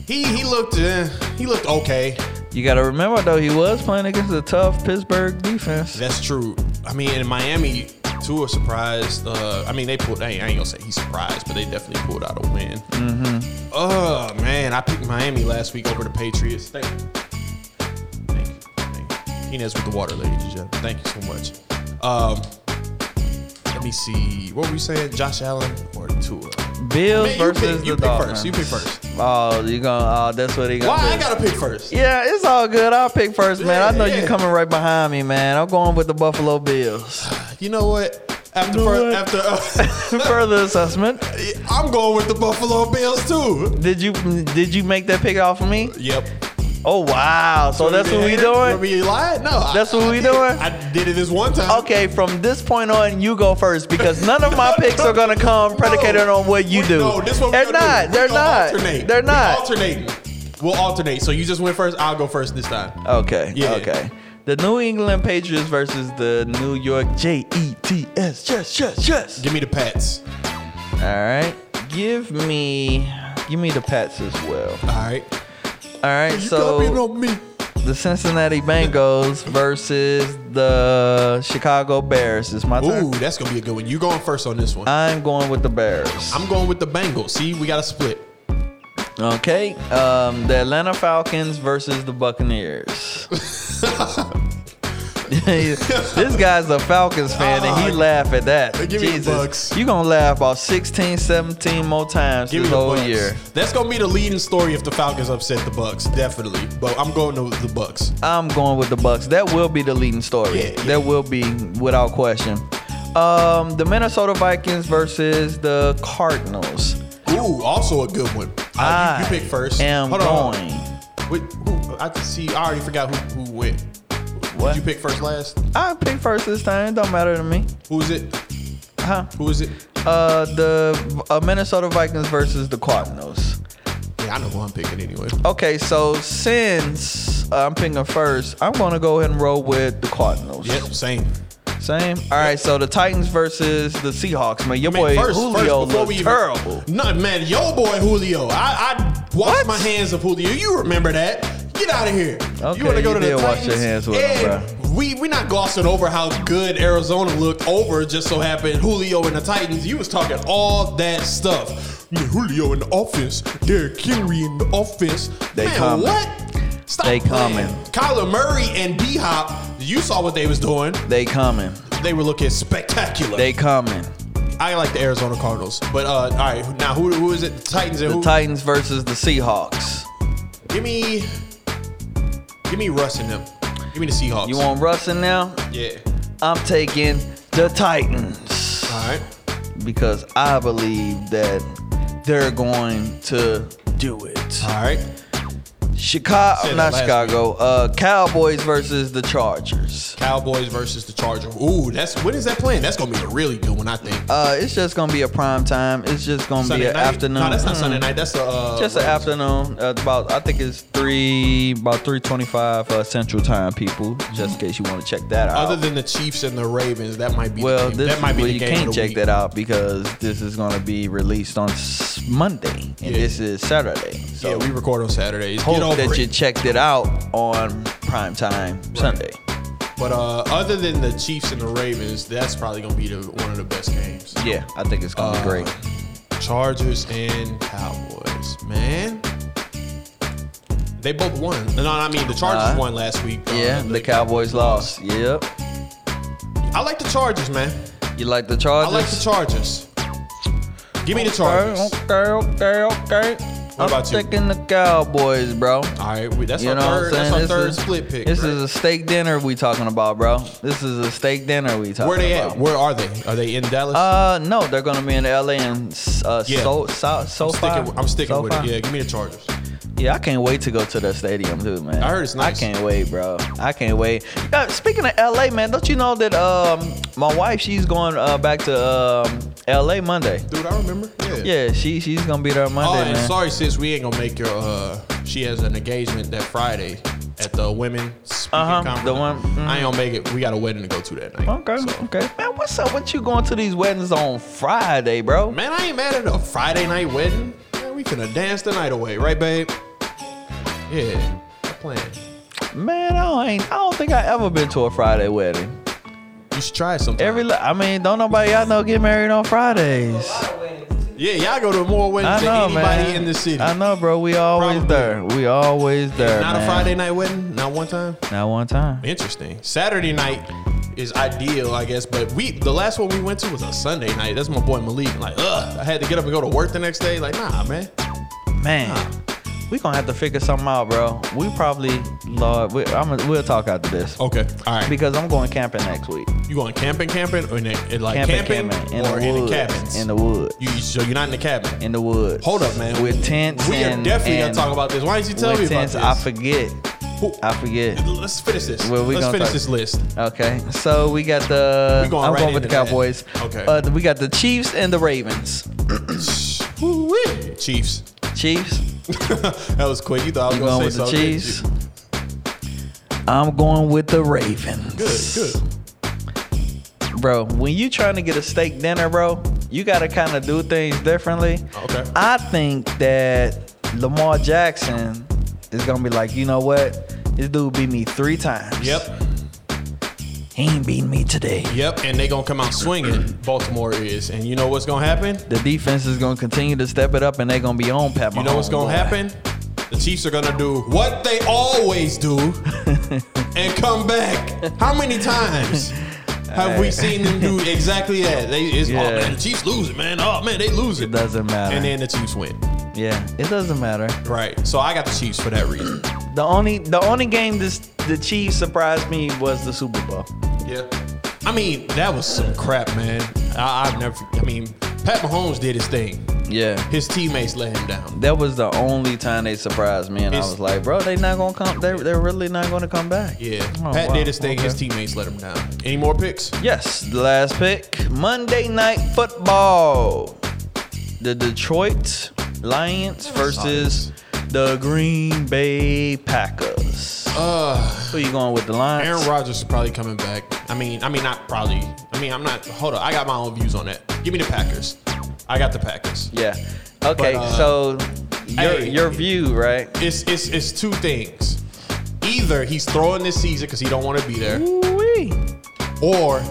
B: he he looked uh, he looked okay.
A: You got to remember though, he was playing against a tough Pittsburgh defense.
B: That's true. I mean, in Miami, Tua surprised. Uh, I mean, they pulled. I ain't, I ain't gonna say he surprised, but they definitely pulled out a win. Mm-hmm. Oh man, I picked Miami last week over the Patriots. Thank you. Thank you. Thank you. Inez with the water, ladies and gentlemen. Thank you so much. Um, let me see. What were you saying? Josh Allen or Tua?
A: Bills
B: Man, you
A: versus
B: pick,
A: the
B: you pick
A: Dolphins.
B: first. You pick first.
A: Oh, you gonna? Oh, that's what he gonna.
B: Why
A: do.
B: I gotta pick first?
A: yeah, it's all good. I'll pick first, man. I know
B: Yeah.
A: you coming right behind me, man. I'm going with the Buffalo Bills.
B: You know what? After
A: You know
B: fir-
A: what?
B: after, uh,
A: Further assessment.
B: I'm going with the Buffalo Bills too.
A: Did you did you make that pick off of me?
B: Yep.
A: Oh wow! So that's what we
B: Remember
A: doing.
B: you lied? No. I-
A: That's what
B: I
A: we
B: did-
A: doing?
B: I did it this one time.
A: Okay, from this point on, you go first because none of my picks are gonna come predicated on what you
B: We-
A: do.
B: No, this one
A: they're not. They're not. They're not.
B: Alternating. We'll alternate. So you just went first. I'll go first this time.
A: Okay.
B: Yeah.
A: Okay. The New England Patriots versus the New York J E T S. Yes, yes, yes.
B: Give me the Pats.
A: All right. Give me, give me the Pats as well.
B: All right.
A: All right.
B: You coming
A: so
B: on me?
A: the Cincinnati Bengals versus the Chicago Bears is my
B: Ooh,
A: turn.
B: that's gonna be a good one. You going first on this one?
A: I'm going with the Bears.
B: I'm going with the Bengals. See, we got a split.
A: Okay. Um, the Atlanta Falcons versus the Buccaneers. this guy's a Falcons fan and he
B: Ah,
A: laugh at that.
B: give me the Bucks.
A: You gonna laugh about 16, 17 more times
B: Give me
A: this
B: the
A: whole
B: Bucks.
A: year.
B: That's gonna be the leading story if the Falcons upset the Bucks, definitely. But I'm going to the Bucks.
A: I'm going with the Bucks. That will be the leading story.
B: Yeah, yeah.
A: That will be without question. Um, the Minnesota Vikings versus the Cardinals.
B: Ooh, also a good one. Uh, you, you pick first.
A: I am
B: Hold on.
A: going.
B: Wait, who, I can see. I already forgot who who went.
A: What?
B: Did you pick first last?
A: I pick first this time. It don't matter to me.
B: Who is it?
A: Huh?
B: Who is it?
A: Uh, the uh, Minnesota Vikings versus the Cardinals.
B: Yeah, I know who I'm picking anyway.
A: Okay, so since uh, I'm picking first, I'm gonna go ahead and roll with the Cardinals.
B: Yep, same.
A: Same. All right, so the Titans versus the Seahawks, man. Your
B: Man,
A: boy Julio looks
B: even-
A: terrible.
B: No, man, yo boy Julio. I, I washed
A: What?
B: my hands of Julio. You remember that? Get out of here.
A: Okay,
B: you want to go
A: you
B: to the
A: did wash
B: Titans?
A: your hands with him,
B: and we we not glossing over how good Arizona looked over just so happened Julio and the Titans. You was talking all that stuff. Yeah, Julio in the offense, Derrick Henry in the offense.
A: They
B: man,
A: coming.
B: what? Stop
A: They
B: playing.
A: coming.
B: Kyler Murray and D Hop. You saw what they was doing.
A: They coming.
B: They were looking spectacular.
A: They coming.
B: I like the Arizona Cardinals, but uh, all right, now who who is it? The Titans and
A: The
B: who?
A: Titans versus the Seahawks.
B: give me, give me Russ and them. Give me the Seahawks.
A: You want Russ in now?
B: Yeah.
A: I'm taking the Titans
B: All right.
A: because I believe that they're going to do it.
B: All right.
A: Chicago,
B: Said
A: not
B: that last
A: Chicago. Uh, Cowboys versus the Chargers.
B: Cowboys versus the Chargers. Ooh, that's when is that playing? That's gonna be a really good one, I think.
A: Uh, it's just gonna be a prime time. It's just gonna be an
B: night?
A: afternoon.
B: No, that's not
A: Mm,
B: Sunday night. That's the uh,
A: Just an
B: Rams.
A: afternoon. Uh, about I think it's three, about three twenty-five uh, Central Time, people. Just in case you want to check that out.
B: Other than the Chiefs and the Ravens, that might be.
A: well,
B: the game.
A: this
B: that might be
A: well,
B: the
A: you
B: game
A: can't
B: of the
A: check
B: week.
A: that out because this is gonna be released on s- Monday, and
B: Yeah.
A: this is Saturday. So
B: yeah, we record on Saturdays. Get
A: hope
B: over
A: that
B: it.
A: you checked it out on prime time Sunday.
B: But uh, other than the Chiefs and the Ravens, that's probably gonna be the, one of the best games.
A: Yeah, I think it's gonna
B: Uh,
A: be great.
B: Chargers and Cowboys, man. They both won. No, no, I mean the Chargers
A: Uh,
B: won last week. Uh,
A: Yeah, the Cowboys lost. Yep.
B: I like the Chargers, man.
A: You like the
B: I
A: Chargers?
B: like the Chargers. Give me the Chargers.
A: Okay, okay, okay. I'm
B: about you?
A: taking the Cowboys, bro.
B: All right, we- that's
A: You
B: our
A: know
B: third.
A: what I'm
B: That's
A: saying?
B: our third
A: is,
B: split pick.
A: This
B: right?
A: is a steak dinner we talking about, bro. This is a steak dinner we talking
B: Where they
A: about.
B: at? Where are they? Are they in Dallas?
A: Uh, no, they're gonna be in LA and uh,
B: Yeah.
A: so so so
B: I'm
A: far.
B: sticking, I'm sticking
A: So
B: with
A: far.
B: it. Yeah, give me the Chargers.
A: Yeah, I can't wait to go to the stadium, dude, man.
B: I heard it's nice.
A: I can't wait, bro. I can't wait. Uh, speaking of LA, man, don't you know that um my wife she's going uh, back to um LA Monday.
B: Dude, I remember.
A: Yeah, she she's gonna be there
B: Oh,
A: Monday,
B: and
A: man.
B: sorry, sis, we ain't gonna make your. uh She has an engagement that Friday at the women. Speaking
A: Uh-huh,
B: conference.
A: the one- mhm.
B: I ain't gonna make it. We got a wedding to go to that night.
A: okay,
B: so.
A: okay, man. What's up with you going to these weddings on Friday, bro?
B: Man, I ain't mad at a Friday night wedding. Man, we finna dance the night away, right, babe? Yeah, I plan.
A: Man, I don't, ain't, I don't think I ever been to a Friday wedding.
B: You should try something.
A: Every, li- I mean, don't nobody I know get married on Fridays.
B: yeah, y'all go to more
A: I
B: weddings
A: know,
B: than anybody
A: man.
B: in the city.
A: I know, bro. We always
B: Probably.
A: there. We always there.
B: Not a
A: man.
B: Friday night wedding, not one time.
A: Not one time.
B: Interesting. Saturday night is ideal, I guess, but we the last one we went to was a Sunday night. That's my boy Malik. Like, ugh, I had to get up and go to work the next day. Like, nah, man.
A: man, we gonna have to figure something out, bro. We probably, Lord, we, I'm, we'll talk after this
B: Okay. All right.
A: because I'm going camping next week.
B: You going camping, camping, or in, a, in like
A: Camping,
B: camping,
A: camping,
B: or
A: in the
B: in the
A: woods,
B: cabins?
A: in the woods.
B: You, so you're not in the cabin.
A: In the woods.
B: Hold up, man.
A: With tents.
B: We are
A: and-
B: definitely
A: and-
B: gonna talk about this. Why didn't you tell
A: with
B: me about
A: tents, I
B: this?
A: forget.
B: Who-
A: I forget.
B: Let's finish this.
A: Well, we
B: Let's
A: gonna
B: finish
A: talk-
B: this list.
A: Okay, so we got the.
B: We going
A: I'm
B: right
A: going with the
B: into that.
A: Cowboys.
B: Okay.
A: Uh, we got the Chiefs and the Ravens.
B: Woo-wee. Chiefs.
A: Chiefs.
B: that was quick. You thought I was
A: I'm
B: gonna
A: going
B: say
A: with the
B: something.
A: Chiefs. I'm going with the Ravens.
B: Good, good.
A: Bro, when you trying to get a steak dinner, bro, you gotta kind of do things differently.
B: Okay.
A: I think that Lamar Jackson is gonna be like, you know what? This dude beat me three times.
B: Yep,
A: He ain't beating me today.
B: yep. And they gonna come out swinging. Baltimore is, and you know what's gonna happen?
A: The defense is gonna continue to step it up, and they're gonna be on Pat.
B: You know what's
A: Mahomes,
B: gonna
A: boy.
B: happen? The Chiefs are gonna do what they always do and come back. How many times have we seen them do exactly that? They it's oh
A: Yeah.
B: man, the Chiefs losing, man. Oh man, they losing.
A: It doesn't matter.
B: And then the Chiefs win.
A: yeah, it doesn't matter.
B: Right. So I got the Chiefs for that reason.
A: The only the only game this the Chiefs surprised me was the Super Bowl.
B: Yeah. I mean, that was some crap, man. I, I've never I mean, Pat Mahomes did his thing.
A: Yeah.
B: His teammates let him down.
A: That was the only time they surprised me, and I
B: It's-
A: was like, "Bro, they not gonna come. They they're really not gonna come back."
B: Yeah.
A: Oh,
B: Pat
A: wow.
B: did his thing, his
A: Okay.
B: teammates let him down. Any more picks?
A: Yes, the last pick, Monday Night Football, the Detroit Lions versus the Green Bay Packers.
B: Uh
A: Who you going with the Lions?
B: Aaron Rodgers is probably coming back. I mean, I mean, not probably. I mean, I'm not. Hold up, I got my own views on that. Give me the Packers. I got the Packers.
A: Yeah. Okay,
B: But, uh,
A: so your
B: hey.
A: your view, right?
B: It's it's it's two things. Either he's throwing this season because he don't want to be there, or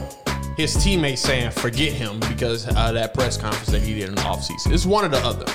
B: his teammates saying forget him because uh, that press conference that he did in the offseason. It's one or the other,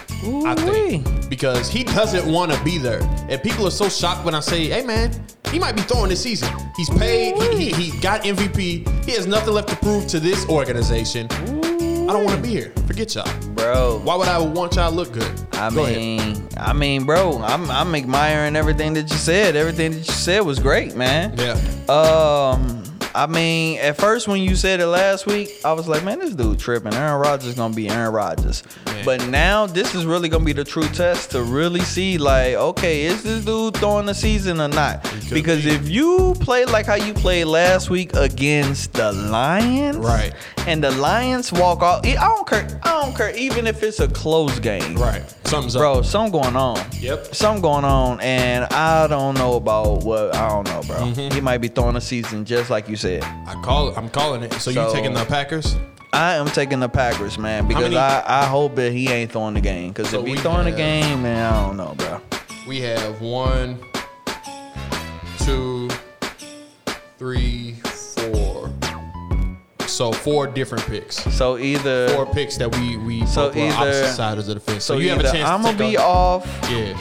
B: I think, because he doesn't want to be there. And people are so shocked when I say, "Hey, man, he might be throwing this season. He's paid. He, he, he got MVP. He has nothing left to prove to this organization. I don't want to be here. Forget y'all.
A: Bro,
B: Why would I want y'all to look good?
A: I
B: Go ahead.
A: mean, I mean, bro, I'm I'm admiring everything that you said. Everything that you said was great, man.
B: yeah."
A: Um, I mean, at first when you said it last week, I was like, man, this dude tripping. Aaron Rodgers gonna be Aaron Rodgers.
B: Man.
A: But now this is really gonna be the true test to really see, like, okay, is this dude throwing the season or not?
B: could
A: Because
B: be.
A: if you play like how you played last week against the Lions,
B: Right.
A: And the Lions walk off. I don't care. I don't care. Even if it's a close game,
B: Right. Something's up.
A: bro, something going on.
B: Yep.
A: Something going on, and I don't know about what I don't know, bro.
B: Mm-hmm.
A: He might be throwing a season just like you said.
B: I call it. I'm calling it. So,
A: So-
B: you taking the Packers?
A: I am taking the Packers, man, because
B: many-
A: I, I hope that he ain't throwing the game. Because
B: So
A: if he
B: we
A: throwing the
B: have-
A: game, man, I don't know, bro.
B: We have one, two, three, four. So four different picks.
A: So either
B: Four picks that we we
A: So
B: both were opposite
A: either-
B: sides of the fence. So,
A: so
B: you have
A: either
B: a chance.
A: I'm
B: to
A: gonna
B: take
A: be
B: a-
A: off
B: Yeah.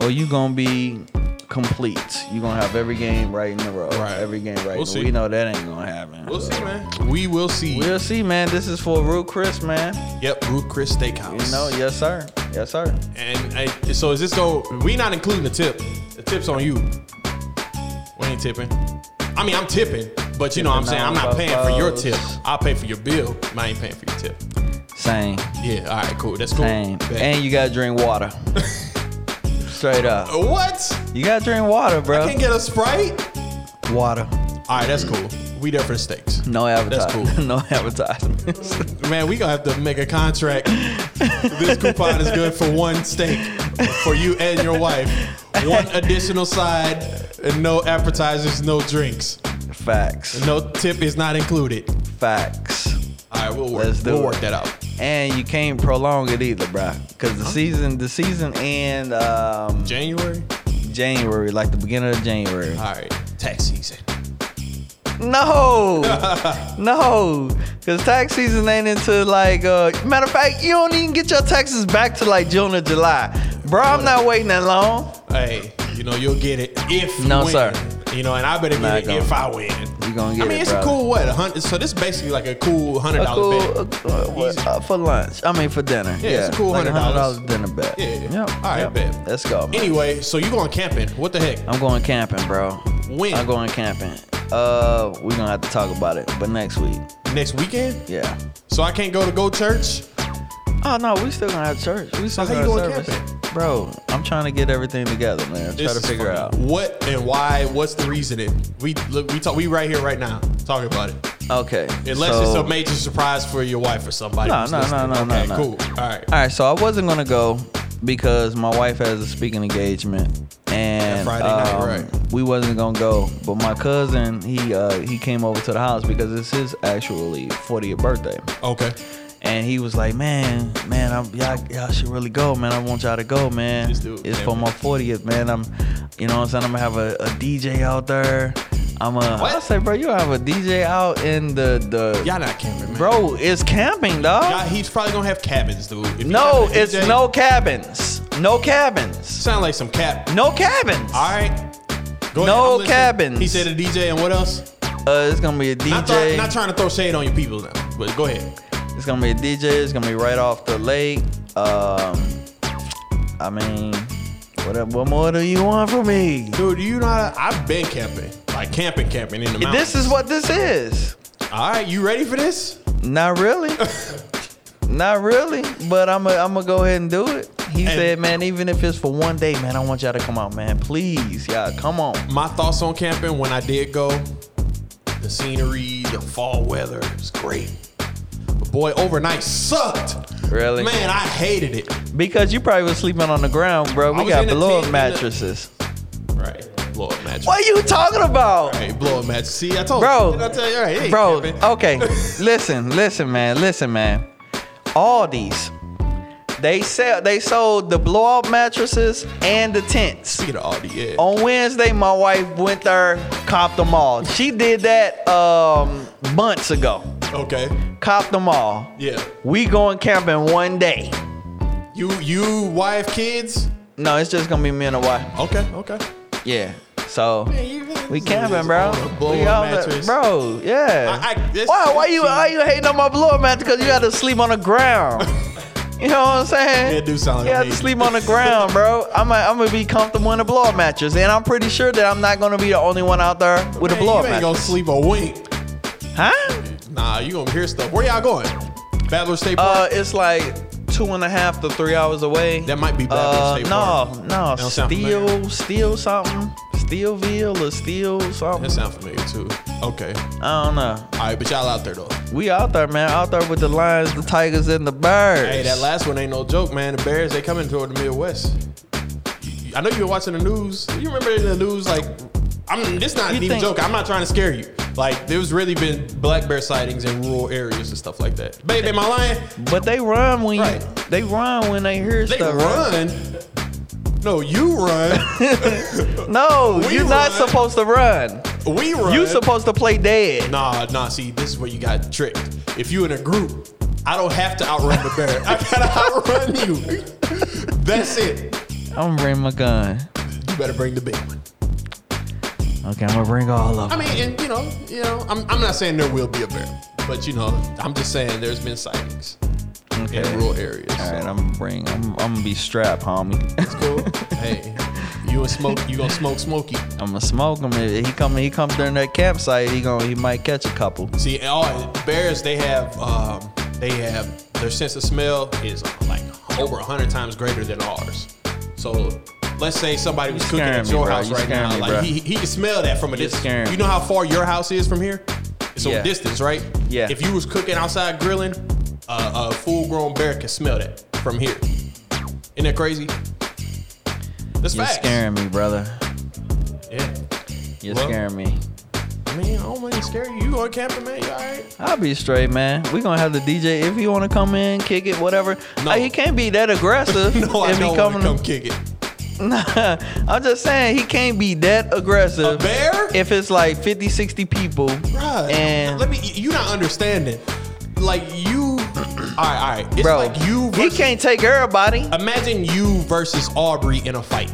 A: or you gonna be complete. You gonna have every game right in the row.
B: Right.
A: Every game right.
B: We'll
A: in the-
B: see.
A: We know that ain't gonna happen.
B: We'll see, man. We will see.
A: We'll see, man. This is for Rue Chris, man.
B: yep. Root Chris Steakhouse.
A: You know, yes sir, yes sir.
B: And I, so is this go? We not including the tip. The tip's on you. We ain't tipping. I mean, I'm tipping, but you know what I'm saying. I'm not paying for your tip. I'll pay for your bill. but I ain't paying for your tip.
A: Same.
B: Yeah. All right. Cool. That's cool.
A: Same.
B: Bet.
A: And you gotta drink water. Straight up.
B: what?
A: You gotta drink water, bro.
B: Oh. Can't get a sprite.
A: Water.
B: All right. That's cool. We there for the steaks.
A: No advertising.
B: cool.
A: no advertisements.
B: Man, we gonna have to make a contract. this coupon is good for one steak for you and your wife. One additional side and no appetizers, no drinks.
A: Facts.
B: No tip is not included.
A: Facts.
B: All right, we'll work.
A: Let's do
B: we'll
A: it.
B: work that out.
A: And you can't prolong it either, bro. Cause the season the season end um
B: January.
A: January, like the beginning of January.
B: All right, tax season.
A: No, no, because tax season ain't until like. Uh, matter of fact, you don't even get your taxes back to like June or July, bro. I'm not waiting that long.
B: Hey, you know you'll get it if
A: No,
B: you win.
A: sir.
B: If You know, and I better
A: Not
B: get it
A: gonna-
B: if I win.
A: You gonna get
B: I mean,
A: it,
B: it's a
A: brother.
B: cool what? A hundred, so this is basically like a cool hundred
A: A
B: dollar
A: cool,
B: bet.
A: a cool- what, uh, for lunch. I mean, for dinner.
B: Yeah, it's a cool
A: like a
B: $100.
A: $100 dinner bet.
B: Yeah, yeah.
A: Yep.
B: All right,
A: yep.
B: bet.
A: Let's go. man.
B: Anyway, so you going camping? What the heck?
A: I'm going camping, bro.
B: When?
A: I'm going camping. Uh, we gonna have to talk about it, but next week.
B: Next weekend?
A: Yeah.
B: So I can't go to Go Church?
A: Oh no, we still gonna have church. We still
B: So how
A: gonna
B: you
A: have
B: going
A: service. Bro, I'm trying to get everything together, man. Try
B: This
A: to
B: is
A: figure
B: funny.
A: out.
B: what and why. What's the reasoning? We look, we talk. We right here, right now, talking about it.
A: Okay.
B: Unless
A: so,
B: it's a major surprise for your wife or somebody.
A: No,
B: who's
A: no, no,
B: listening.
A: no, no,
B: Okay,
A: no.
B: cool. All right.
A: All right, so I wasn't gonna go because my wife has a speaking engagement, and
B: Friday night,
A: um,
B: right.
A: we wasn't gonna go. But my cousin, he uh, he came over to the house because it's his actually 40th birthday,
B: Okay.
A: and he was like, "Man, man, I'm, y'all, y'all should really go, man. I want y'all to go, man.
B: Just do it,
A: It's
B: man.
A: for my 40th, man. I'm, you know, what I'm saying I'm gonna have a, a DJ out there. I'm a, I
B: What?
A: say, bro, you have a DJ out in the the,
B: Y'all not camping, man.
A: bro, it's camping, dog.
B: Y'all, he's probably gonna have cabins, dude. If you
A: No,
B: having a
A: it's
B: DJ,
A: no cabins. No cabins.
B: Sound like some cap.
A: No cabins.
B: All right. Go ahead,
A: No
B: I'm listening.
A: cabins.
B: He said a DJ and what else?
A: Uh, it's gonna be a DJ.
B: Not, try- not trying to throw shade on your people now, but go ahead.
A: it's gonna be a DJ. It's gonna be right off the lake. Um, I mean, what what more do you want from me?
B: Dude, you know how- I've been camping, like camping, camping in the mountains.
A: This is what this is.
B: All right, you ready for this?
A: Not really. Not really. But I'm gonna I'm gonna go ahead and do it. He
B: And-
A: said, man, even if it's for one day, man, I want y'all to come out, man. Please, y'all, come on.
B: My thoughts on camping when I did go, the scenery, the fall weather, it's great. But boy, overnight sucked.
A: Really?
B: Man, I hated it.
A: Because you probably was sleeping on the ground, bro. We
B: was
A: got
B: in a
A: blow
B: tent
A: up
B: in the-
A: mattresses.
B: Right. Blow up match.
A: What are you talking about?
B: Hey, blow up match. See, I told
A: Bro.
B: you. Did I tell you? All right, hey,
A: Bro, Oh.
B: camping.
A: okay. listen, listen, man. Listen, man. All these. They sell they sold the blow up mattresses and the tents.
B: Speaking of Audi, yeah.
A: On Wednesday, my wife went there, copped them all. She did that um months ago.
B: Okay.
A: Copped them all.
B: Yeah.
A: We going camping one day.
B: You, you, wife, kids.
A: No, it's just gonna be me and a wife.
B: Okay. Okay.
A: Yeah. So we camping, bro.
B: On a blow
A: We
B: up
A: all that-
B: mattress.
A: bro, yeah.
B: I- I- this-
A: why, why
B: this
A: you,
B: cheap.
A: why you hating on my blow mattress? Because you had to sleep on the ground. you know what I'm saying?
B: Yeah, it do sound like
A: You
B: I'm
A: had to
B: hating.
A: sleep on the ground, bro. I'm, a, I'm gonna be comfortable in a blow up mattress, and I'm pretty sure that I'm not gonna be the only one out there with a
B: Hey,
A: blow
B: you
A: up
B: ain't gonna
A: mattress.
B: sleep a wink.
A: Huh?
B: Nah, you gonna hear stuff. Where y'all going? Battler State Park.
A: Uh, it's like two and a half to three hours away.
B: That might be Baton
A: Uh,
B: State Park.
A: no, no,
B: That don't sound familiar.
A: steel, steel something, Steelville or steel something.
B: that sound familiar too. Okay.
A: I don't know.
B: All right, but y'all out there though.
A: We out there, man. Out there with the lions, the tigers, and the birds.
B: Hey, that last one ain't no joke, man. The Bears, they coming toward the Midwest. I know you've been watching the news. You remember in the news, like, I'm this not
A: You
B: even
A: think-
B: joke. I'm not trying to scare you. Like, there's really been black bear sightings in rural areas and stuff like that. Baby, am I lying?
A: But they run when
B: Right.
A: you, they run when they hear
B: They
A: stuff. right?
B: run. No, you run.
A: No,
B: We
A: you're not
B: run.
A: supposed to run.
B: we run.
A: You supposed to play dead.
B: Nah, nah. See, this is where you got tricked. If you in a group, I don't have to outrun the bear. I gotta outrun you. That's it.
A: I'm gonna bring my gun.
B: You better bring the big one.
A: Okay, I'm gonna bring all of
B: I
A: them.
B: mean, and you know, you know, I'm, I'm not saying there will be a bear, but you know, I'm just saying there's been sightings
A: Okay.
B: in rural areas.
A: All right,
B: so
A: I'm gonna bring. I'm, I'm gonna be strapped, homie.
B: it's cool. hey, you and smoke, you gonna smoke Smokey?
A: I'm gonna smoke him. If he come, he comes during that campsite. He gonna, he might catch a couple.
B: See, all bears they have, um, they have their sense of smell is like over hundred times greater than ours. So. Let's say somebody was cooking
A: scaring
B: at
A: me,
B: your
A: bro.
B: house
A: You
B: right
A: scaring
B: now.
A: me,
B: like
A: bro.
B: he, he can smell that from a
A: scaring
B: distance.
A: me.
B: You know how far your house is from here? It's
A: Yeah.
B: a distance, right?
A: Yeah.
B: If you was cooking outside grilling, uh, a full-grown bear can smell that from here. Isn't that crazy? That's
A: You're
B: facts.
A: scaring me, brother.
B: Yeah.
A: You're
B: Well-
A: scaring me.
B: I mean, I don't want to scare you. You going camping, man? You all right?
A: I'll be straight, man. We gonna have the DJ if he wanna come in, kick it, whatever.
B: No.
A: Like, he can't be that aggressive.
B: No, I
A: if
B: don't
A: he
B: want to
A: coming.
B: come kick it.
A: Nah, I'm just saying he can't be that aggressive.
B: A bear?
A: If it's like 50, 60 people,
B: Bruh,
A: and
B: let me. You not understanding? Like you. All right, all right. It's
A: bro,
B: like you.
A: he
B: Versus,
A: can't take everybody,
B: Imagine you versus Aubrey in a fight.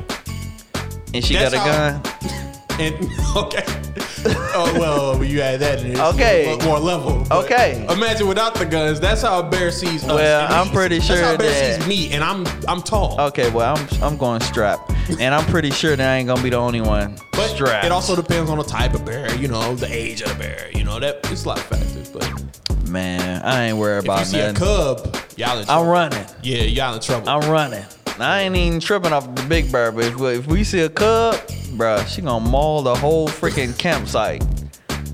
A: and she got
B: That's
A: a
B: how-
A: gun.
B: And okay. Oh well, you had that. In it. It's
A: Okay.
B: a little More level. But
A: Okay.
B: Imagine without the guns. That's how a bear sees us.
A: Well,
B: And
A: I'm
B: he's-
A: pretty
B: That's how
A: sure
B: a bear
A: that-
B: sees me, and I'm I'm tall.
A: Okay, well I'm I'm going strap, and I'm pretty sure that I ain't gonna be the only one
B: But
A: strapped.
B: it also depends on the type of bear. You know, the age of the bear. You know that it's a lot of factors. But
A: man, I ain't worried
B: if you
A: about
B: see a
A: nothing.
B: cub, y'all in
A: I'm
B: trouble.
A: running.
B: Yeah, y'all in trouble.
A: I'm running. I ain't even tripping off the big bird, but if, if we see a cub, bruh, she gonna maul the whole freaking campsite.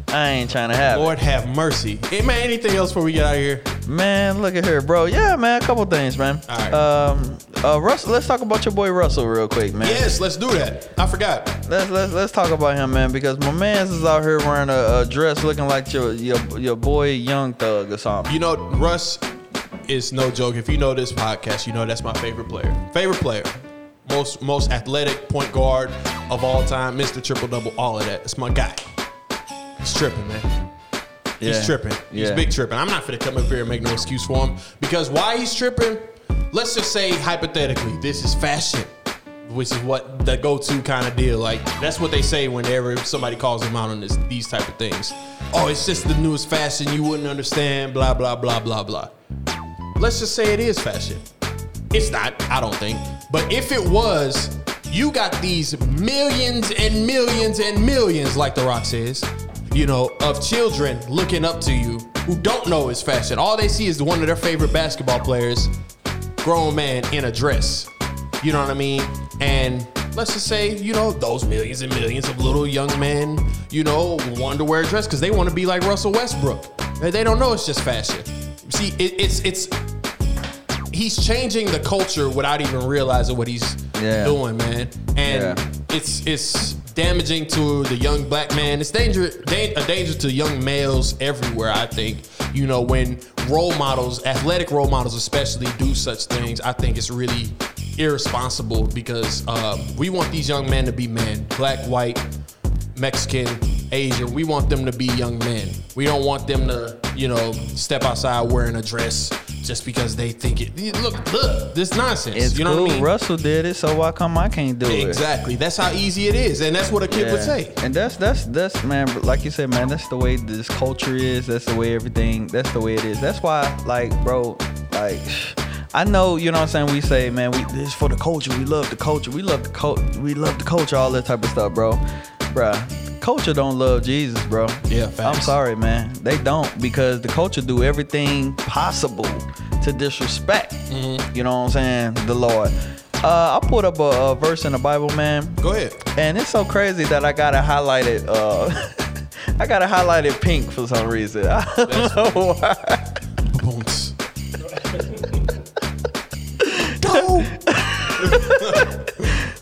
A: I ain't trying to have
B: Lord have mercy. Hey, man, anything else before we get out of here?
A: it. Man, look at her, bro. Yeah, man, a couple things, man.
B: All right.
A: Um, uh, Russell, let's talk about your boy Russell real quick, man.
B: Yes, let's do that. I forgot.
A: Let's, let's let's talk about him, man, because my man's is out here wearing a, a dress looking like your your your boy Young Thug or something.
B: You know, Russ is no joke. If you know this podcast, you know that's my favorite player. Favorite player. Most most athletic point guard of all time, Mr. Triple Double, all of that. It's my guy. He's tripping, man. He's tripping. He's
A: Yeah.
B: big tripping. I'm not gonna come up here and make no excuse for him. Because why he's tripping, let's just say hypothetically, this is fashion. Which is what the go-to kind of deal. Like that's what they say whenever somebody calls them out on this, these type of things. Oh, it's just the newest fashion. You wouldn't understand. Blah blah blah blah blah. Let's just say it is fashion. It's not, I don't think. But if it was, you got these millions and millions and millions, like The Rock says, you know, of children looking up to you who don't know it's fashion. All they see is one of their favorite basketball players, grown man in a dress. You know what I mean? And let's just say, you know, those millions and millions of little young men, you know, want to wear a dress because they want to be like Russell Westbrook. They- They don't know it's just fashion. See, it, it's it's he's changing the culture without even realizing what he's
A: Yeah.
B: doing, man. And
A: Yeah.
B: it's it's damaging to the young black man. It's danger da- a danger to young males everywhere. I think you know when role models, athletic role models especially, do such things. I think it's really irresponsible because uh, we want these young men to be men, black, white, Mexican, Asian. We want them to be young men. We don't want them to, you know, step outside wearing a dress just because they think it. Look, look, this nonsense.
A: It's
B: you know
A: cool.
B: what I mean?
A: Russell did it, so why come I can't do it?
B: Exactly. That's how easy it is, and that's what a kid would say.
A: And that's that's that's man, like you said, man, that's the way this culture is. That's the way everything. That's the way it is. That's why, like, bro, like, I know you know what I'm saying. We say, man, we this is for the culture. We love the culture. We love the culture. We love the culture. All that type of stuff, bro, Bruh, Culture don't love Jesus, bro.
B: Yeah,
A: I'm
B: facts.
A: sorry, man. They don't because the culture do everything possible to disrespect.
B: Mm-hmm.
A: You know what I'm saying? The Lord. Uh, I put up a, a verse in the Bible, man.
B: Go ahead.
A: And it's so crazy that I got to highlight it. Uh, I got to highlight it pink for some reason. I don't know why.
B: Boons.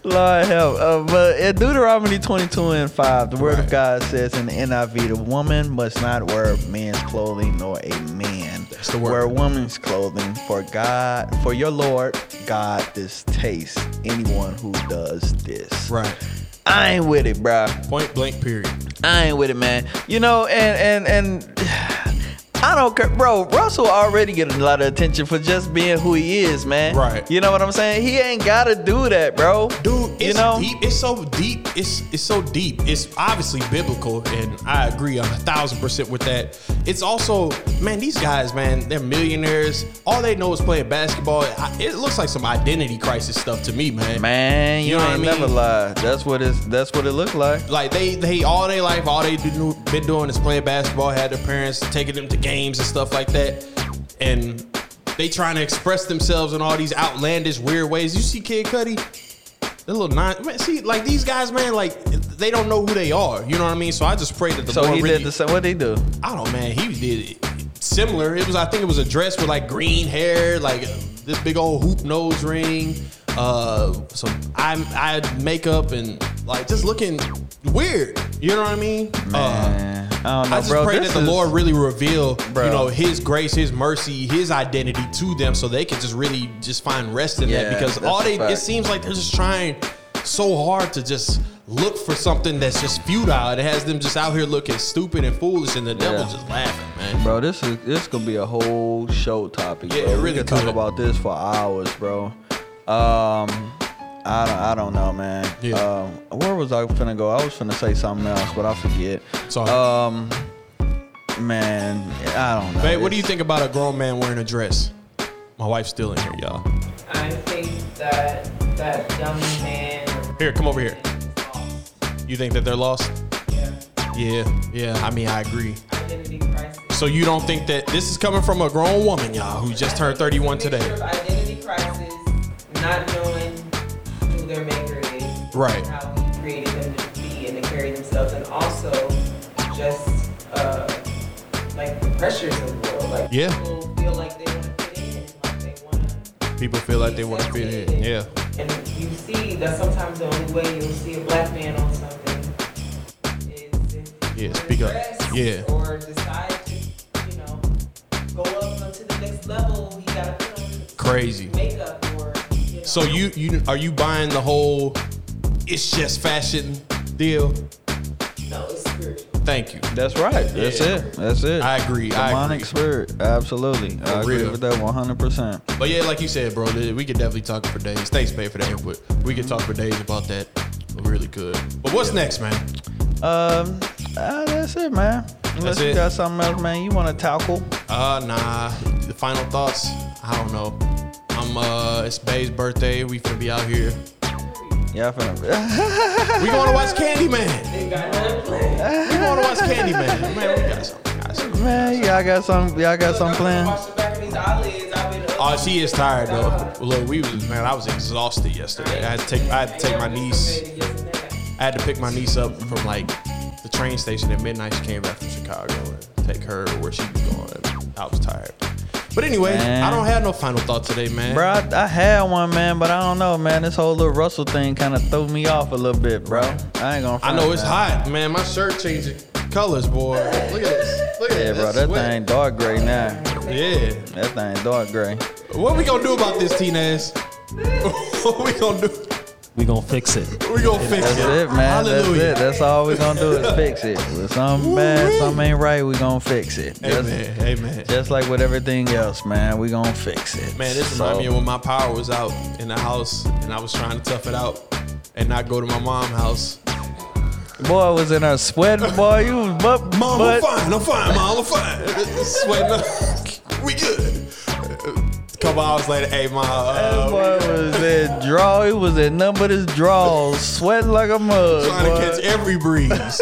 A: Lord help. Uh, but in Deuteronomy 22 and 5, the word of
B: Right.
A: God says in the NIV, the woman must not wear men's clothing nor a man
B: That's the word.
A: wear woman's clothing for God, for your Lord God distastes anyone who does this.
B: Right.
A: I ain't with it, bruh.
B: Point blank. Period.
A: I ain't with it, man. You know, and and and I don't care, bro. Russell already getting a lot of attention for just being who he is, man.
B: Right.
A: You know what I'm saying? He ain't gotta do that, bro.
B: Dude, it's
A: you know,
B: deep. It's so deep. It's it's so deep. It's obviously biblical, and I agree a thousand percent with that. It's also, man, these guys, man, they're millionaires. All they know is playing basketball. I- It looks like some identity crisis stuff to me, man.
A: man, you,
B: You know what I
A: ain't
B: mean?
A: never lied. That's what it's. That's what it looked like.
B: Like they, they all their life, all they do, been doing is playing basketball. Had their parents taking them to games and stuff like that, and they trying to express themselves in all these outlandish, weird ways. You see, Kid Cudi, the little nine. Man, see, like these guys, man, like they don't know who they are. You know what I mean? So I just pray that the
A: So
B: more
A: he
B: really,
A: did the same. What did he do?
B: I don't, man. He did it similar. It was, I think, it was a dress with like green hair, like uh, this big old hoop nose ring, uh, some eye, eye makeup, and like just looking weird. You know what I mean? Uh,
A: Man, I don't know,
B: I just
A: bro.
B: pray
A: This
B: that the
A: is-
B: Lord really reveal,
A: Bro.
B: you know, His grace, His mercy, His identity to them, so they can just really just find rest in
A: Yeah,
B: that. Because
A: that's
B: all
A: a
B: they, it
A: fact.
B: seems like they're just trying so hard to just look for something that's just futile. It has them just out here looking stupid and foolish, and the devil
A: Yeah.
B: just laughing, man.
A: Bro, this is this gonna be a whole show topic.
B: Yeah,
A: bro.
B: it
A: We
B: really
A: could talk
B: could.
A: about this for hours, bro. Um, I don't, I don't know, man.
B: Yeah.
A: Um, where was I finna go? I was finna say something else, but I forget.
B: It's all right.
A: um, man, I don't know.
B: Babe, what do you
A: It's-
B: think about a grown man wearing a dress? My wife's still in here, y'all.
C: I think that that young man.
B: Here, come over here. You think that they're lost?
C: Yeah.
B: Yeah, yeah. I mean, I agree.
C: Identity crisis.
B: So you don't think that this is coming from a grown woman, y'all, who just turned 31
C: Mixture
B: today?
C: Of identity crisis, not knowing who their maker is.
B: Right.
C: and How he created them to be and to carry themselves, and also just uh, like the pressures of the world. Like
B: Yeah.
C: people feel like they want to fit in, like they want to.
B: People feel like they want to fit in. Yeah.
C: And you see that sometimes the only way you'll see a black man on something is if
B: Yeah,
C: you
B: speak up.
C: dress
B: Yeah.
C: or decide to, you know, go up onto the next level. You gotta put on some
B: Crazy.
C: makeup or you know.
B: So you you are you buying the whole it's just fashion deal?
C: No, it's spiritual.
B: Thank you.
A: That's right. That's
B: Yeah.
A: it. That's it.
B: I agree. I
A: Demonic
B: agree.
A: spirit. Absolutely. I agree
B: real.
A: with that 100%.
B: But yeah, like you said, bro, th- we could definitely talk for days. Thanks, babe, for the input. We could talk for days about that. We really could. But what's next, man?
A: Um, ah, that's it, man. Unless you
B: it.
A: got something else, man, you want to tackle.
B: Uh, nah. The final thoughts? I don't know. I'm uh, it's Babe's birthday. We finna be out here.
A: Yeah, I finna.
B: We going to watch Candyman.
C: They got no plan.
B: We going to watch Candyman. Man, we got something. got something.
A: man, y'all got some. Y'all got some planned.
C: Watch the back of these eyelids. I've been. up-
B: Oh, she is tired though. Look, we was man. I was exhausted yesterday. I had to take I had to take my niece. I had to pick my niece up from like the train station at midnight. She came back from Chicago and take her where she was going. I was tired. But anyway,
A: Man.
B: I don't have no final thought today, man.
A: Bro, I, I had one, man, but I don't know, man. This whole little Russell thing kind of threw me off a little bit, bro. I ain't gonna.
B: I
A: front,
B: know it's
A: man.
B: hot, man. My shirt changing colors, boy. Look at this. Look at
A: Yeah,
B: this.
A: bro, that
B: Sweat.
A: thing dark gray now.
B: Yeah.
A: That thing dark gray.
B: What we gonna do about this, teen ass? what we gonna do?
D: We gonna fix it.
B: We gonna fix
A: That's it, man.
B: Hallelujah.
A: That's it. That's all we gonna do is fix it. If something bad, something ain't right, we gonna fix it. Just,
B: Amen. Amen.
A: just like with everything else, man, we gonna fix it.
B: Man, this
A: So-
B: reminds me of when my power was out in the house and I was trying to tough it out and not go to my mom's house.
A: Boy was in a sweat, boy. You was but
B: Mom,
A: but
B: Oh, I'm fine. I'm fine, Mom. I'm fine. Sweating up. we good. A couple hours later, hey, Mom.
A: that
B: Uh,
A: boy was in draw. He was in none but his draws, sweating like a mug.
B: trying
A: boy.
B: to catch every breeze.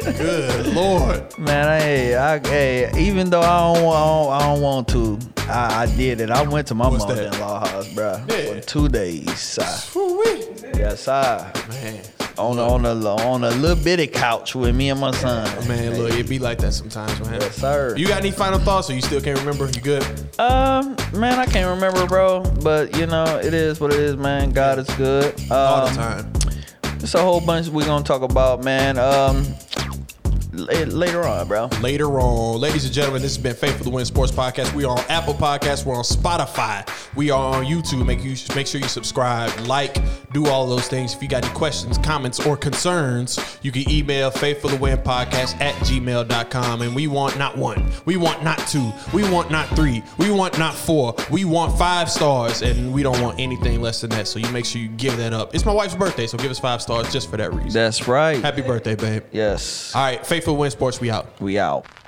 B: good Lord.
A: Man, I, hey, I, hey, even though I don't, want, I don't, I don't want to, I, I did it. I went to my
B: What's
A: mother
B: that?
A: in law house, bruh, for
B: Yeah.
A: two days. I,
B: Woo-wee.
A: yes, I.
B: Man,
A: on a, on a on a little bitty couch with me and my son.
B: man, look, it be like that sometimes, man.
A: Yes, sir.
B: You got any final thoughts or you still can't remember? You good?
A: Um, man, I can't remember, bro. But you know, it is what it is, man. God is good. Um,
B: All the time.
A: It's a whole bunch we gonna talk about, man. Um, la- later on, bro.
B: later on. Ladies and gentlemen, this has been Faithful to Win Sports Podcast. We are on Apple Podcasts. We're on Spotify. We are on YouTube. Make you make sure you subscribe, like, do all those things. If you got any questions, comments, or concerns, you can email faithful to win podcast at gmail.com. And we want not one. We want not two. We want not three. We want not four. We want five stars. And we don't want anything less than that. So you make sure you give that up. It's my wife's birthday, so give us five stars just for that reason.
A: That's right.
B: Happy birthday, babe.
A: Yes,
B: All right, Faithful to Win Sports, we out.
A: we out.